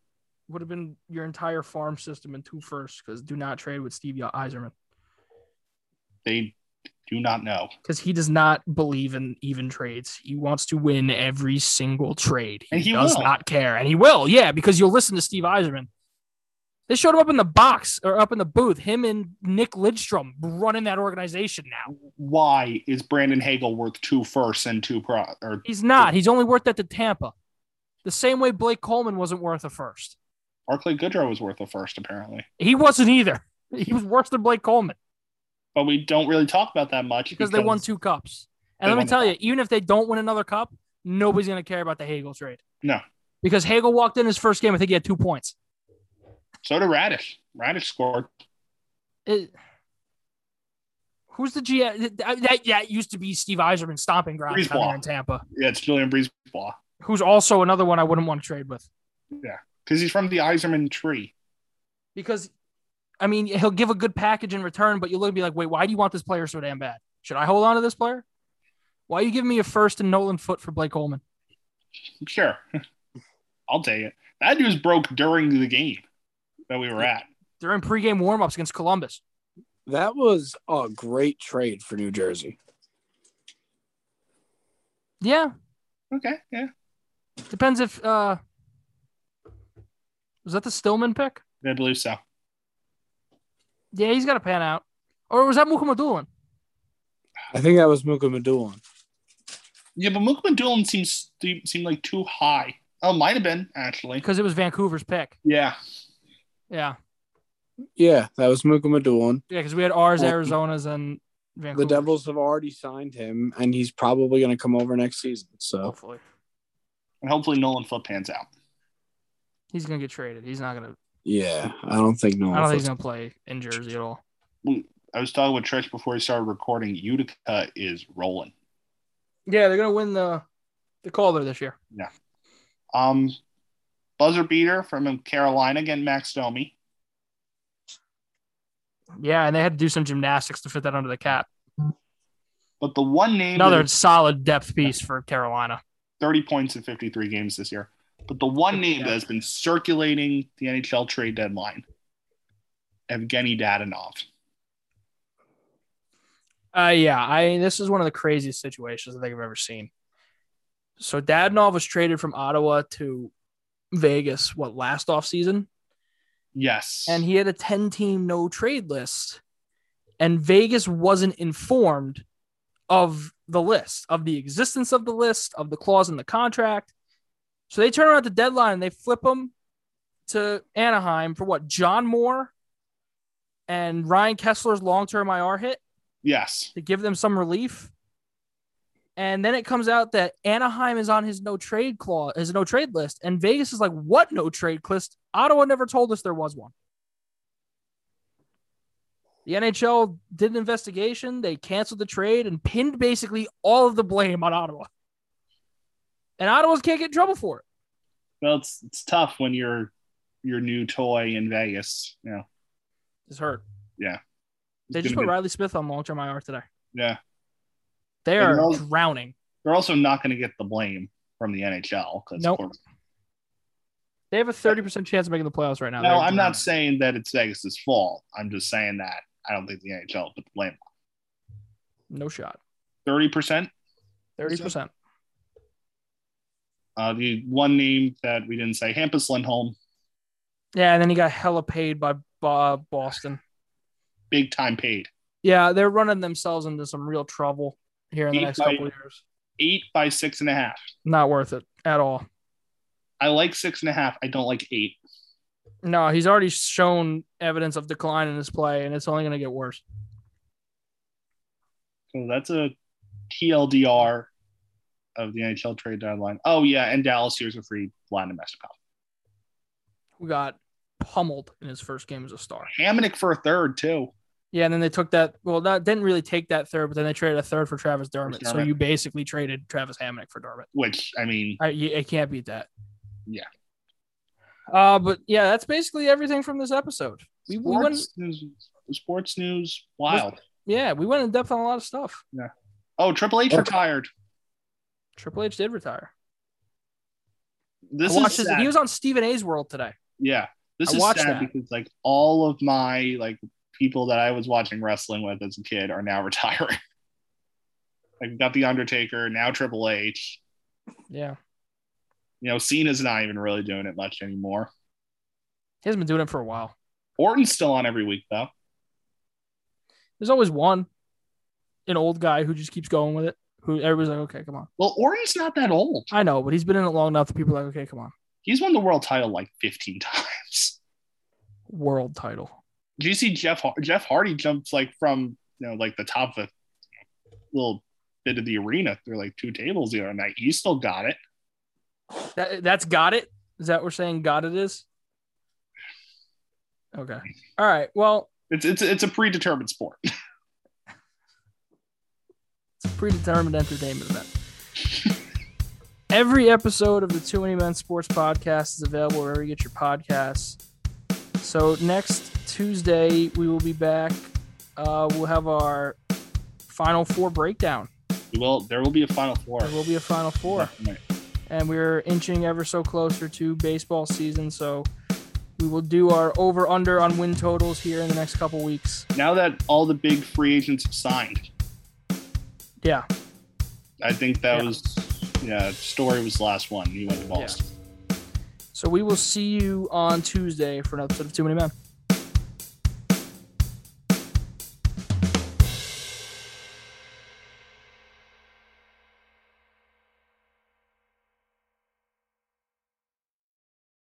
Speaker 1: would have been your entire farm system in two firsts because do not trade with Steve Eiserman.
Speaker 2: They do not know.
Speaker 1: because he does not believe in even trades. He wants to win every single trade.
Speaker 2: And he
Speaker 1: does
Speaker 2: will.
Speaker 1: not care, and he will. Yeah, because you'll listen to Steve Eiserman. They showed him up in the box or up in the booth. Him and Nick Lidstrom running that organization now.
Speaker 2: Why is Brandon Hagel worth two firsts and two pro? Or
Speaker 1: He's not. He's only worth it to Tampa. The same way Blake Coleman wasn't worth a first.
Speaker 2: Barclay Goodrow was worth a first apparently,
Speaker 1: He wasn't either. He was worse than Blake Coleman
Speaker 2: but we don't really talk about that much
Speaker 1: because, they won two cups. And
Speaker 2: They
Speaker 1: let me
Speaker 2: won the
Speaker 1: tell you, even if they don't win another cup, nobody's going to care about the Hagel trade.
Speaker 2: No.
Speaker 1: Because Hagel walked in his first game, I think he had two points.
Speaker 2: So did Radish. Radish scored.
Speaker 1: It- who's the GM? That, that, that used to be Steve Eiserman stomping ground down
Speaker 2: Breesbaugh.
Speaker 1: there in Tampa,
Speaker 2: Yeah, it's Julian Breezeball
Speaker 1: who's also another one I wouldn't want to trade with.
Speaker 2: because he's from the Eiserman tree.
Speaker 1: Because, I mean, he'll give a good package in return, but you'll look and be like, wait, why do you want this player so damn bad? Should I hold on to this player? Why are you giving me a first and Nolan foot for Blake Coleman?
Speaker 2: Sure, I'll take it. That news broke during the game that we were at.
Speaker 1: They're in pregame warmups against Columbus.
Speaker 3: That was a great trade for New Jersey.
Speaker 1: Yeah,
Speaker 2: Okay, yeah,
Speaker 1: depends if uh was that the Stillman pick?
Speaker 2: I believe so.
Speaker 1: Yeah, he's got to pan out. Or was that Mukamadulin?
Speaker 3: I think that was Muka Medullin.
Speaker 2: Yeah, but Mookman Doolin seems seemed like too high. Oh, might have been actually.
Speaker 1: Because it was Vancouver's pick.
Speaker 2: Yeah,
Speaker 1: Yeah,
Speaker 3: Yeah, that was Muka Medullin.
Speaker 1: yeah, because we had ours,
Speaker 3: Um,
Speaker 1: Arizona's, and Vancouver.
Speaker 3: The Devils have already signed him, and he's probably going to come over next season. So
Speaker 1: Hopefully,
Speaker 2: and hopefully Nolan Foot pans out.
Speaker 1: he's gonna get traded. He's not gonna.
Speaker 3: yeah, I don't think no.
Speaker 1: I don't think he's gonna play in Jersey at all.
Speaker 2: I was talking with Trish before we started recording. Utica is rolling.
Speaker 1: Yeah, they're gonna win the the Calder this year.
Speaker 2: Um, buzzer beater from Carolina again, Max Domi.
Speaker 1: Yeah, and they had to do some gymnastics to fit that under the cap.
Speaker 2: But the one name that
Speaker 1: Another solid depth piece for Carolina.
Speaker 2: 30 points in 53 games this year. But the one name that has been circulating the NHL trade deadline, Evgeny Dadanov.
Speaker 1: Uh, yeah, I this is one of the craziest situations I think I've ever seen. So Dadnov was traded from Ottawa to Vegas, what last offseason?
Speaker 2: Yes.
Speaker 1: and he had a 10 team no trade list and vegas wasn't informed of the list of the existence of the list of the clause in the contract so they turn around at the deadline and they flip him to anaheim for what john moore and ryan kessler's long-term ir hit
Speaker 2: yes.
Speaker 1: to give them some relief and then it comes out that Anaheim is on his no trade clause, his no trade list, and Vegas is like, "What no trade list? Ottawa never told us there was one." The NHL did an investigation. They canceled the trade and pinned basically all of the blame on Ottawa. And Ottawa can't get in trouble for it.
Speaker 2: Well, it's it's tough when you're your new toy in Vegas. You know,
Speaker 1: It's hurt.
Speaker 2: It's
Speaker 1: They just put
Speaker 2: gonna be-
Speaker 1: Riley Smith on long term IR today.
Speaker 2: yeah.
Speaker 1: They
Speaker 2: And
Speaker 1: are
Speaker 2: they'll-
Speaker 1: drowning.
Speaker 2: They're also not going to get the blame from the NHL. 'cause
Speaker 1: Nope.
Speaker 2: of-
Speaker 1: They have a 30% chance of making the playoffs right now.
Speaker 2: No,
Speaker 1: They're
Speaker 2: I'm
Speaker 1: drowning.
Speaker 2: not saying that it's Vegas' fault. I'm just saying that I don't think the NHL put the blame.
Speaker 1: No shot.
Speaker 2: 30%.
Speaker 1: 30%.
Speaker 2: Uh, the one name that we didn't say, Hampus Lindholm,
Speaker 1: Yeah, and then he got hella paid by uh, Boston.
Speaker 2: big time paid.
Speaker 1: Yeah, they're running themselves into some real trouble here in the
Speaker 2: Eight
Speaker 1: next
Speaker 2: by-
Speaker 1: couple of years.
Speaker 2: Eight by six and a half.
Speaker 1: Not worth it at all.
Speaker 2: I like six and a half. I don't like eight.
Speaker 1: No, he's already shown evidence of decline in his play, and it's only going to get worse.
Speaker 2: So that's a TLDR of the NHL trade deadline. Oh yeah, and Dallas here's a free line of Mestikov.
Speaker 1: Who got pummeled in his first game as a star.
Speaker 2: Hamannik for a third too.
Speaker 1: Yeah, and then they took that. Well, that didn't really take that third, but then they traded a third for Travis Dermott. So
Speaker 2: Dermott.
Speaker 1: you basically traded Travis Hamonic for Dermott.
Speaker 2: Which I mean,
Speaker 1: I, you, I can't beat that.
Speaker 2: Yeah.
Speaker 1: Uh, but yeah, that's basically everything from this episode. We, we went,
Speaker 2: sports news, sports news, wild.
Speaker 1: yeah, we went in depth on a lot of stuff.
Speaker 2: Oh, Triple H
Speaker 3: Yeah.
Speaker 2: retired.
Speaker 1: Triple H did retire.
Speaker 2: This
Speaker 1: I watched
Speaker 2: is
Speaker 1: his,
Speaker 2: sad.
Speaker 1: he was on Stephen A's World today.
Speaker 2: yeah. This
Speaker 1: I
Speaker 2: is sad
Speaker 1: watched that.
Speaker 2: because like all of my like people that I was watching wrestling with as a kid are now retiring. Like we got the Undertaker now, Triple H.
Speaker 1: Yeah.
Speaker 2: You know, Cena's not even really doing it much anymore.
Speaker 1: He hasn't been doing it for a while.
Speaker 2: Orton's still on every week though.
Speaker 1: There's always one, an old guy who just keeps going with it. Who everybody's like, okay, come on.
Speaker 2: Well, Orton's not that old.
Speaker 1: I know, but he's been in it long enough that people are like, okay, come on.
Speaker 2: He's won the world title like 15 times.
Speaker 1: World title.
Speaker 2: Did you see Jeff Har- Jeff Hardy jumps like from you know like the top of a little bit of the arena through like two tables the other night? You still got it.
Speaker 1: That, that's got it. Is that what we're saying? Got it is. Okay. All right. Well,
Speaker 2: It's it's it's a predetermined sport.
Speaker 1: it's a predetermined entertainment event. Every episode of the Too Many Men Sports Podcast is available wherever you get your podcasts. So next Tuesday we will be back. Uh, we'll have our final four breakdown.
Speaker 2: Well, there will be a final four.
Speaker 1: There will be a final four.
Speaker 2: Definitely.
Speaker 1: and we're inching ever so closer to baseball season. So we will do our over under on win totals here in the next couple weeks.
Speaker 2: Now that all the big free agents have signed,
Speaker 1: Yeah,
Speaker 2: I think that
Speaker 1: Yeah.
Speaker 2: was yeah. Story was the last one. He went to Boston.
Speaker 1: So we will see you on Tuesday for an episode of Too Many Men.